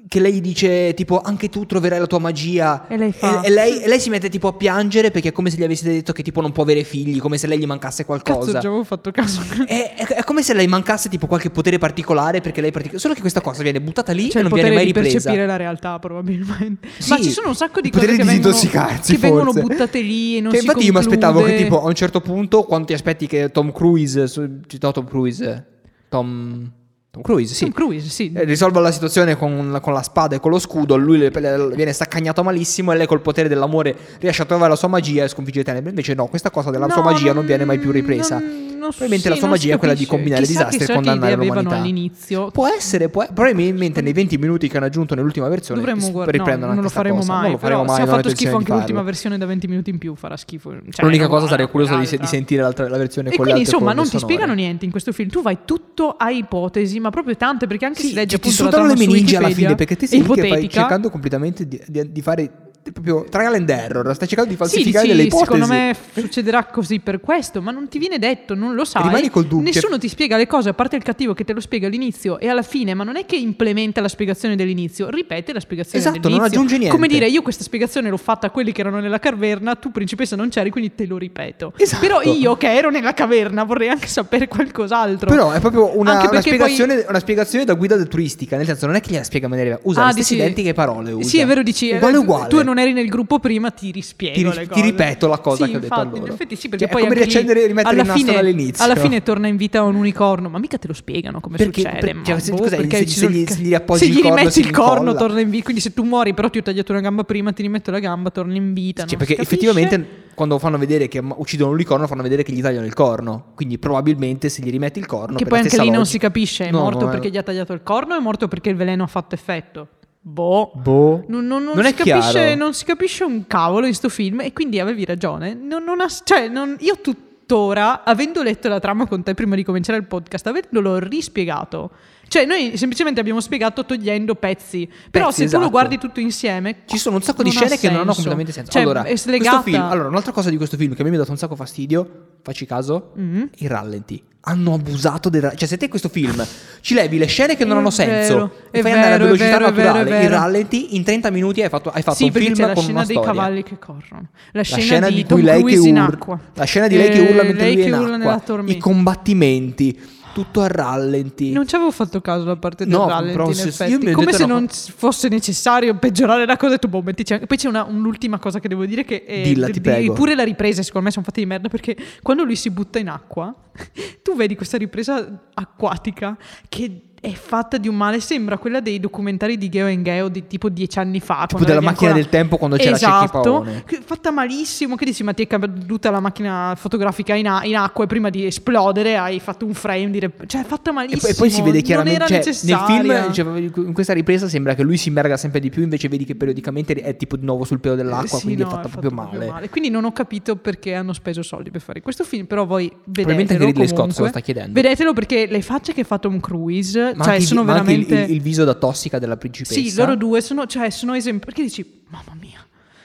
[SPEAKER 1] Che lei dice, tipo, anche tu troverai la tua magia.
[SPEAKER 2] E lei fa-
[SPEAKER 1] e lei- e lei si mette tipo a piangere perché è come se gli avessi detto che tipo non può avere figli, come se lei gli mancasse
[SPEAKER 2] Cazzo,
[SPEAKER 1] qualcosa.
[SPEAKER 2] già avevo fatto caso.
[SPEAKER 1] È, è- è come se lei mancasse tipo qualche potere particolare perché lei partic- Solo che questa cosa viene buttata lì
[SPEAKER 2] Cioè,
[SPEAKER 1] e
[SPEAKER 2] il
[SPEAKER 1] non viene
[SPEAKER 2] potere
[SPEAKER 1] mai
[SPEAKER 2] di
[SPEAKER 1] ripresa.
[SPEAKER 2] percepire la realtà, probabilmente.
[SPEAKER 1] Sì,
[SPEAKER 2] Ma ci sono un sacco di
[SPEAKER 1] il
[SPEAKER 2] cose
[SPEAKER 1] potere
[SPEAKER 2] che,
[SPEAKER 1] di
[SPEAKER 2] vengono,
[SPEAKER 1] disintossicarsi,
[SPEAKER 2] che vengono
[SPEAKER 1] forse.
[SPEAKER 2] buttate lì e non
[SPEAKER 1] Che
[SPEAKER 2] si
[SPEAKER 1] infatti io mi aspettavo che
[SPEAKER 2] conclude.
[SPEAKER 1] tipo a un certo punto quando ti aspetti che Tom Cruise su- ci- no, Tom Cruise Tom Tom Cruise sì
[SPEAKER 2] Tom Cruise, sì.
[SPEAKER 1] Eh, risolva la situazione con, la- con la spada e con lo scudo lui le- le- viene staccagnato malissimo e lei col potere dell'amore riesce a trovare la sua magia e sconfigge i tenebre invece no questa cosa della sua
[SPEAKER 2] No,
[SPEAKER 1] magia non viene mai più ripresa
[SPEAKER 2] non- non-
[SPEAKER 1] Probabilmente
[SPEAKER 2] sì,
[SPEAKER 1] la sua
[SPEAKER 2] non si
[SPEAKER 1] magia è quella di
[SPEAKER 2] capisce.
[SPEAKER 1] combinare
[SPEAKER 2] Chissà
[SPEAKER 1] disastri
[SPEAKER 2] che
[SPEAKER 1] e
[SPEAKER 2] sorte di
[SPEAKER 1] condannare
[SPEAKER 2] idee avevano
[SPEAKER 1] l'umanità.
[SPEAKER 2] all'inizio.
[SPEAKER 1] Può essere, può- probabilmente nei 20 minuti che hanno aggiunto nell'ultima versione
[SPEAKER 2] Dovremmo
[SPEAKER 1] s-
[SPEAKER 2] guardare, no,
[SPEAKER 1] riprendono
[SPEAKER 2] non
[SPEAKER 1] anche
[SPEAKER 2] lo
[SPEAKER 1] sta
[SPEAKER 2] faremo
[SPEAKER 1] cosa.
[SPEAKER 2] mai.
[SPEAKER 1] Non lo faremo
[SPEAKER 2] però
[SPEAKER 1] mai,
[SPEAKER 2] se
[SPEAKER 1] non
[SPEAKER 2] ha
[SPEAKER 1] ho
[SPEAKER 2] fatto schifo
[SPEAKER 1] intenzione di
[SPEAKER 2] anche l'ultima
[SPEAKER 1] farlo.
[SPEAKER 2] versione da 20 minuti in più, farà schifo. Cioè,
[SPEAKER 1] L'unica
[SPEAKER 2] non
[SPEAKER 1] cosa
[SPEAKER 2] guarda,
[SPEAKER 1] sarei curioso di, se- di
[SPEAKER 2] l'altra.
[SPEAKER 1] sentire l'altra- la versione
[SPEAKER 2] E
[SPEAKER 1] con
[SPEAKER 2] quindi
[SPEAKER 1] le altre
[SPEAKER 2] insomma non
[SPEAKER 1] colonne
[SPEAKER 2] ti spiegano
[SPEAKER 1] sonore.
[SPEAKER 2] niente in questo film, tu vai tutto a ipotesi, ma proprio tante perché anche
[SPEAKER 1] Sì,
[SPEAKER 2] se leggi
[SPEAKER 1] ti- ti
[SPEAKER 2] appunto la
[SPEAKER 1] sudano
[SPEAKER 2] trama
[SPEAKER 1] le
[SPEAKER 2] su
[SPEAKER 1] meningi alla
[SPEAKER 2] Wikipedia,
[SPEAKER 1] fine perché te sei lì che fai
[SPEAKER 2] ipotetica.
[SPEAKER 1] cercando completamente di, di- di fare proprio trial and error, stai cercando di
[SPEAKER 2] Sì,
[SPEAKER 1] falsificare
[SPEAKER 2] dici,
[SPEAKER 1] delle ipotesi.
[SPEAKER 2] secondo me succederà così per questo, ma non ti viene detto, non lo sai.
[SPEAKER 1] Rimani col dubbio.
[SPEAKER 2] Nessuno ti spiega le cose, a parte il cattivo che te lo spiega all'inizio e alla fine, ma non è che implementa la spiegazione dell'inizio, ripete la spiegazione
[SPEAKER 1] Esatto, non
[SPEAKER 2] dell'inizio.
[SPEAKER 1] aggiunge niente.
[SPEAKER 2] Come dire, io questa spiegazione l'ho fatta a quelli che erano nella caverna, tu principessa non c'eri, quindi te lo ripeto.
[SPEAKER 1] Esatto.
[SPEAKER 2] Però io che ero nella caverna vorrei anche sapere qualcos'altro.
[SPEAKER 1] Però è proprio una,
[SPEAKER 2] Anche
[SPEAKER 1] una
[SPEAKER 2] perché poi-
[SPEAKER 1] spiegazione, una spiegazione da guida turistica, nel senso non è che gliela spiega in maniera usa le stesse
[SPEAKER 2] Ah, dici-
[SPEAKER 1] identiche parole. Usa.
[SPEAKER 2] Sì, è vero, dici eh,
[SPEAKER 1] uguale
[SPEAKER 2] tu-
[SPEAKER 1] uguale.
[SPEAKER 2] Tu non eri nel gruppo prima, ti rispiego
[SPEAKER 1] Ti ri-
[SPEAKER 2] le
[SPEAKER 1] ti
[SPEAKER 2] cose.
[SPEAKER 1] ripeto la cosa
[SPEAKER 2] Sì,
[SPEAKER 1] che ho detto
[SPEAKER 2] infatti,
[SPEAKER 1] allora.
[SPEAKER 2] In effetti sì, perché
[SPEAKER 1] Cioè, è
[SPEAKER 2] poi
[SPEAKER 1] come
[SPEAKER 2] anche lì,
[SPEAKER 1] riaccendere e rimettere
[SPEAKER 2] alla
[SPEAKER 1] il nastro
[SPEAKER 2] fine,
[SPEAKER 1] dall'inizio.
[SPEAKER 2] Alla fine torna in vita un unicorno, ma mica te lo spiegano come
[SPEAKER 1] Perché-
[SPEAKER 2] succede.
[SPEAKER 1] per-
[SPEAKER 2] ma
[SPEAKER 1] cioè, se-
[SPEAKER 2] boh,
[SPEAKER 1] cos'è,
[SPEAKER 2] perché
[SPEAKER 1] se
[SPEAKER 2] ci
[SPEAKER 1] gli-
[SPEAKER 2] sono-
[SPEAKER 1] se gli- se gli appoggi
[SPEAKER 2] se
[SPEAKER 1] il
[SPEAKER 2] gli
[SPEAKER 1] corno,
[SPEAKER 2] rimetti
[SPEAKER 1] si
[SPEAKER 2] il corno,
[SPEAKER 1] incolla.
[SPEAKER 2] torna in vita. Quindi se tu muori, però ti ho tagliato una gamba prima, ti rimetto la gamba, torna in vita.
[SPEAKER 1] Cioè,
[SPEAKER 2] non
[SPEAKER 1] perché
[SPEAKER 2] si capisce.
[SPEAKER 1] effettivamente quando fanno vedere che uccidono un licorno fanno vedere che gli tagliano il corno. Quindi probabilmente se gli rimetti il corno... per
[SPEAKER 2] Che poi
[SPEAKER 1] la
[SPEAKER 2] anche
[SPEAKER 1] stessa
[SPEAKER 2] lì non
[SPEAKER 1] logica-
[SPEAKER 2] si capisce, è
[SPEAKER 1] No,
[SPEAKER 2] morto
[SPEAKER 1] no,
[SPEAKER 2] perché
[SPEAKER 1] eh.
[SPEAKER 2] gli ha tagliato il corno, o è morto perché il veleno ha fatto effetto. Boh.
[SPEAKER 1] Boh.
[SPEAKER 2] Non, non- non
[SPEAKER 1] Non
[SPEAKER 2] si
[SPEAKER 1] è chiaro.
[SPEAKER 2] capisce, non si capisce un cavolo in sto film e quindi avevi ragione. Non- non ha- cioè, non- io tuttora, avendo letto la trama con te prima di cominciare il podcast, avendolo rispiegato. Cioè, noi semplicemente abbiamo spiegato togliendo pezzi. Però
[SPEAKER 1] Pezzi,
[SPEAKER 2] se tu lo
[SPEAKER 1] esatto.
[SPEAKER 2] guardi tutto insieme...
[SPEAKER 1] Ci sono un sacco di
[SPEAKER 2] non ha
[SPEAKER 1] scene che non hanno
[SPEAKER 2] senso.
[SPEAKER 1] completamente senso.
[SPEAKER 2] Cioè,
[SPEAKER 1] allora,
[SPEAKER 2] è
[SPEAKER 1] questo
[SPEAKER 2] slegata.
[SPEAKER 1] film- allora, un'altra cosa di questo film che a me mi ha dato un sacco fastidio, facci caso,
[SPEAKER 2] Mhm.
[SPEAKER 1] i rallenti. Hanno abusato del ra- Cioè, se te questo film ci levi le scene che non
[SPEAKER 2] È
[SPEAKER 1] hanno
[SPEAKER 2] Mm, vero,
[SPEAKER 1] senso
[SPEAKER 2] è
[SPEAKER 1] e fai andare a
[SPEAKER 2] vero, è
[SPEAKER 1] velocità
[SPEAKER 2] vero, è vero, è
[SPEAKER 1] naturale, i
[SPEAKER 2] vero.
[SPEAKER 1] rallenti in 30 minuti hai fatto, hai fatto
[SPEAKER 2] sì,
[SPEAKER 1] un
[SPEAKER 2] perché
[SPEAKER 1] film
[SPEAKER 2] c'è la
[SPEAKER 1] con
[SPEAKER 2] scena
[SPEAKER 1] una
[SPEAKER 2] dei
[SPEAKER 1] storia.
[SPEAKER 2] cavalli che corrono. La
[SPEAKER 1] La
[SPEAKER 2] scena,
[SPEAKER 1] scena
[SPEAKER 2] di,
[SPEAKER 1] di
[SPEAKER 2] Tom
[SPEAKER 1] cui lei che
[SPEAKER 2] Cruise in
[SPEAKER 1] urla,
[SPEAKER 2] acqua.
[SPEAKER 1] la scena di lei che
[SPEAKER 2] Eh,
[SPEAKER 1] urla mentre
[SPEAKER 2] lei
[SPEAKER 1] lui è
[SPEAKER 2] che
[SPEAKER 1] in
[SPEAKER 2] urla nella
[SPEAKER 1] acqua,
[SPEAKER 2] tormenta.
[SPEAKER 1] i combattimenti, tutto a rallenti.
[SPEAKER 2] Non ci avevo fatto caso da parte del
[SPEAKER 1] No,
[SPEAKER 2] Valentine,
[SPEAKER 1] però
[SPEAKER 2] in
[SPEAKER 1] se-
[SPEAKER 2] effetti.
[SPEAKER 1] io mi ho
[SPEAKER 2] come
[SPEAKER 1] detto
[SPEAKER 2] se
[SPEAKER 1] una
[SPEAKER 2] non fosse necessario peggiorare la cosa. e Tu, boh, mettici anche. Poi c'è una, un'ultima cosa che devo dire che è
[SPEAKER 1] Dilla, ti prego.
[SPEAKER 2] pure la ripresa, secondo me, sono fatte di merda perché quando lui si butta in acqua, tu vedi questa ripresa acquatica che è fatta di un male, sembra quella dei documentari di Geo Geo di tipo dieci anni fa. quando
[SPEAKER 1] della
[SPEAKER 2] avevi
[SPEAKER 1] macchina
[SPEAKER 2] ancora-
[SPEAKER 1] del tempo quando c'era Cecchi
[SPEAKER 2] esatto,
[SPEAKER 1] Paone.
[SPEAKER 2] che- fatta malissimo, che dici ma ti è caduta la macchina fotografica in, a- in acqua e prima di esplodere hai fatto un frame di... rep- cioè è fatta
[SPEAKER 1] E
[SPEAKER 2] malissimo.
[SPEAKER 1] poi, e poi si vede chiaramente
[SPEAKER 2] Non era
[SPEAKER 1] cioè, nel film,
[SPEAKER 2] necessaria.
[SPEAKER 1] cioè, in questa ripresa sembra che lui si immerga sempre di più, invece vedi che periodicamente è tipo di nuovo sul pelo dell'acqua,
[SPEAKER 2] Eh Sì,
[SPEAKER 1] quindi
[SPEAKER 2] no,
[SPEAKER 1] è fatta
[SPEAKER 2] fatto
[SPEAKER 1] proprio male.
[SPEAKER 2] Quindi non ho capito perché hanno speso soldi per fare questo film, però voi vedetelo
[SPEAKER 1] Probabilmente anche Ridley Scott se lo
[SPEAKER 2] comunque.
[SPEAKER 1] sta chiedendo.
[SPEAKER 2] Vedetelo perché le facce che ha fatto un cruise,
[SPEAKER 1] ma
[SPEAKER 2] cioè
[SPEAKER 1] anche, il-
[SPEAKER 2] sono
[SPEAKER 1] ma anche il-
[SPEAKER 2] veramente...
[SPEAKER 1] il, il viso da tossica della principessa.
[SPEAKER 2] Sì, loro due sono, cioè, sono esempi. Perché dici, mamma mia.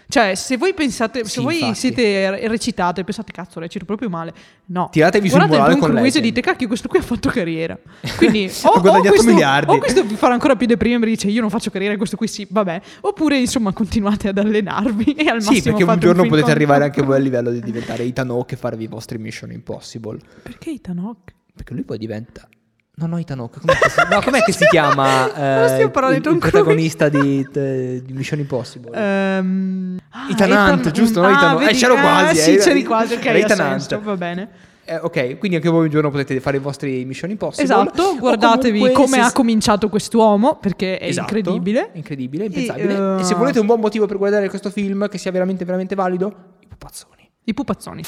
[SPEAKER 2] Cioè, se voi pensate, se
[SPEAKER 1] Sì,
[SPEAKER 2] voi
[SPEAKER 1] infatti.
[SPEAKER 2] siete re- recitate, pensate, cazzo, recito proprio male. No.
[SPEAKER 1] Tiratevi sul
[SPEAKER 2] Guardate
[SPEAKER 1] morale
[SPEAKER 2] Tom
[SPEAKER 1] con
[SPEAKER 2] Cruise e
[SPEAKER 1] Legend.
[SPEAKER 2] dite, cacchio, questo qui ha fatto carriera. Quindi, o,
[SPEAKER 1] Ha guadagnato
[SPEAKER 2] o questo,
[SPEAKER 1] miliardi.
[SPEAKER 2] o questo vi farà ancora più deprimere, dice, io non faccio carriera, questo qui sì, vabbè. Oppure, insomma, continuate ad allenarvi e al
[SPEAKER 1] Sì,
[SPEAKER 2] massimo
[SPEAKER 1] perché
[SPEAKER 2] fate
[SPEAKER 1] un giorno
[SPEAKER 2] film
[SPEAKER 1] potete
[SPEAKER 2] con-
[SPEAKER 1] arrivare anche voi al livello di diventare Ethan Hawke e farvi i vostri Mission Impossible.
[SPEAKER 2] Perché Ethan Hawke?
[SPEAKER 1] Perché lui poi diventa... No, no, Ethan Hawke. Com'è che si, no, com'è che si chiama
[SPEAKER 2] Non stiamo
[SPEAKER 1] eh,
[SPEAKER 2] parlando
[SPEAKER 1] il,
[SPEAKER 2] di Tom
[SPEAKER 1] il
[SPEAKER 2] Cruise.
[SPEAKER 1] protagonista di, eh, di Mission Impossible?
[SPEAKER 2] Ehm, ah,
[SPEAKER 1] Ethan Hunt, giusto, no?
[SPEAKER 2] ah,
[SPEAKER 1] Ethan- eh,
[SPEAKER 2] vedi-
[SPEAKER 1] c'ero
[SPEAKER 2] ah,
[SPEAKER 1] quasi,
[SPEAKER 2] sì,
[SPEAKER 1] eh.
[SPEAKER 2] c'eri quasi, ok,
[SPEAKER 1] Era
[SPEAKER 2] ha
[SPEAKER 1] Ethan
[SPEAKER 2] senso,
[SPEAKER 1] Hunt.
[SPEAKER 2] va bene.
[SPEAKER 1] Eh, ok, quindi anche voi un giorno potete fare i vostri Mission Impossible.
[SPEAKER 2] Esatto,
[SPEAKER 1] O
[SPEAKER 2] guardatevi
[SPEAKER 1] comunque,
[SPEAKER 2] come
[SPEAKER 1] se-
[SPEAKER 2] ha cominciato quest'uomo perché è
[SPEAKER 1] Esatto,
[SPEAKER 2] incredibile.
[SPEAKER 1] Incredibile,
[SPEAKER 2] E,
[SPEAKER 1] impensabile. E,
[SPEAKER 2] eh,
[SPEAKER 1] se volete un buon motivo per guardare questo film che sia veramente, veramente valido, i pupazzoni.
[SPEAKER 2] I pupazzoni.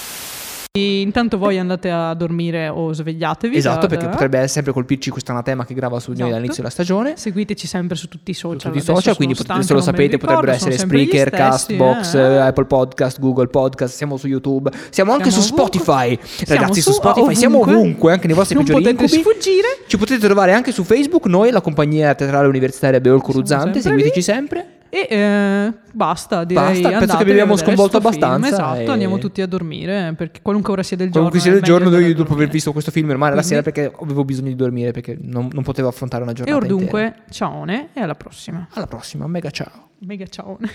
[SPEAKER 2] E intanto voi andate a dormire o svegliatevi.
[SPEAKER 1] Esatto,
[SPEAKER 2] da-
[SPEAKER 1] perché
[SPEAKER 2] da-
[SPEAKER 1] potrebbe sempre colpirci questo anatema che grava su di noi
[SPEAKER 2] eh? Esatto.
[SPEAKER 1] dall'inizio della stagione.
[SPEAKER 2] Seguiteci sempre su tutti i social.
[SPEAKER 1] Su tutti i
[SPEAKER 2] adesso
[SPEAKER 1] social,
[SPEAKER 2] Cioè, sono
[SPEAKER 1] quindi potete, se
[SPEAKER 2] stanca,
[SPEAKER 1] lo
[SPEAKER 2] non me li
[SPEAKER 1] sapete
[SPEAKER 2] ricordo,
[SPEAKER 1] potrebbero
[SPEAKER 2] sono
[SPEAKER 1] essere
[SPEAKER 2] sempre gli
[SPEAKER 1] Spreaker,
[SPEAKER 2] stessi,
[SPEAKER 1] Castbox,
[SPEAKER 2] eh.
[SPEAKER 1] eh, Apple Podcast, Google Podcast, siamo su YouTube, siamo anche
[SPEAKER 2] Siamo
[SPEAKER 1] su
[SPEAKER 2] ovunque.
[SPEAKER 1] Spotify,
[SPEAKER 2] Siamo
[SPEAKER 1] ragazzi
[SPEAKER 2] su-
[SPEAKER 1] su Spotify, siamo
[SPEAKER 2] ovunque.
[SPEAKER 1] ovunque, anche nei vostri
[SPEAKER 2] Non
[SPEAKER 1] peggiori
[SPEAKER 2] potete
[SPEAKER 1] incubi.
[SPEAKER 2] sfuggire.
[SPEAKER 1] Ci potete trovare anche su Facebook, noi, la compagnia teatrale universitaria Beol Coruzzante,
[SPEAKER 2] sempre lì.
[SPEAKER 1] seguiteci sempre.
[SPEAKER 2] E eh, basta, direi.
[SPEAKER 1] Basta, penso
[SPEAKER 2] andate
[SPEAKER 1] che vi abbiamo
[SPEAKER 2] a vedere
[SPEAKER 1] sconvolto
[SPEAKER 2] sto film,
[SPEAKER 1] abbastanza
[SPEAKER 2] Esatto,
[SPEAKER 1] e-
[SPEAKER 2] andiamo tutti a dormire eh, perché qualunque ora sia del giorno.
[SPEAKER 1] Comunque sia
[SPEAKER 2] è
[SPEAKER 1] il giorno,
[SPEAKER 2] meglio
[SPEAKER 1] io
[SPEAKER 2] andare a
[SPEAKER 1] dopo aver
[SPEAKER 2] dormire.
[SPEAKER 1] visto questo film ormai la
[SPEAKER 2] Quindi-
[SPEAKER 1] sera perché avevo bisogno di dormire perché non, non potevo affrontare una
[SPEAKER 2] E
[SPEAKER 1] giornata
[SPEAKER 2] or
[SPEAKER 1] intera.
[SPEAKER 2] dunque, ciaone e alla prossima.
[SPEAKER 1] Alla prossima, mega ciao.
[SPEAKER 2] Mega ciaone.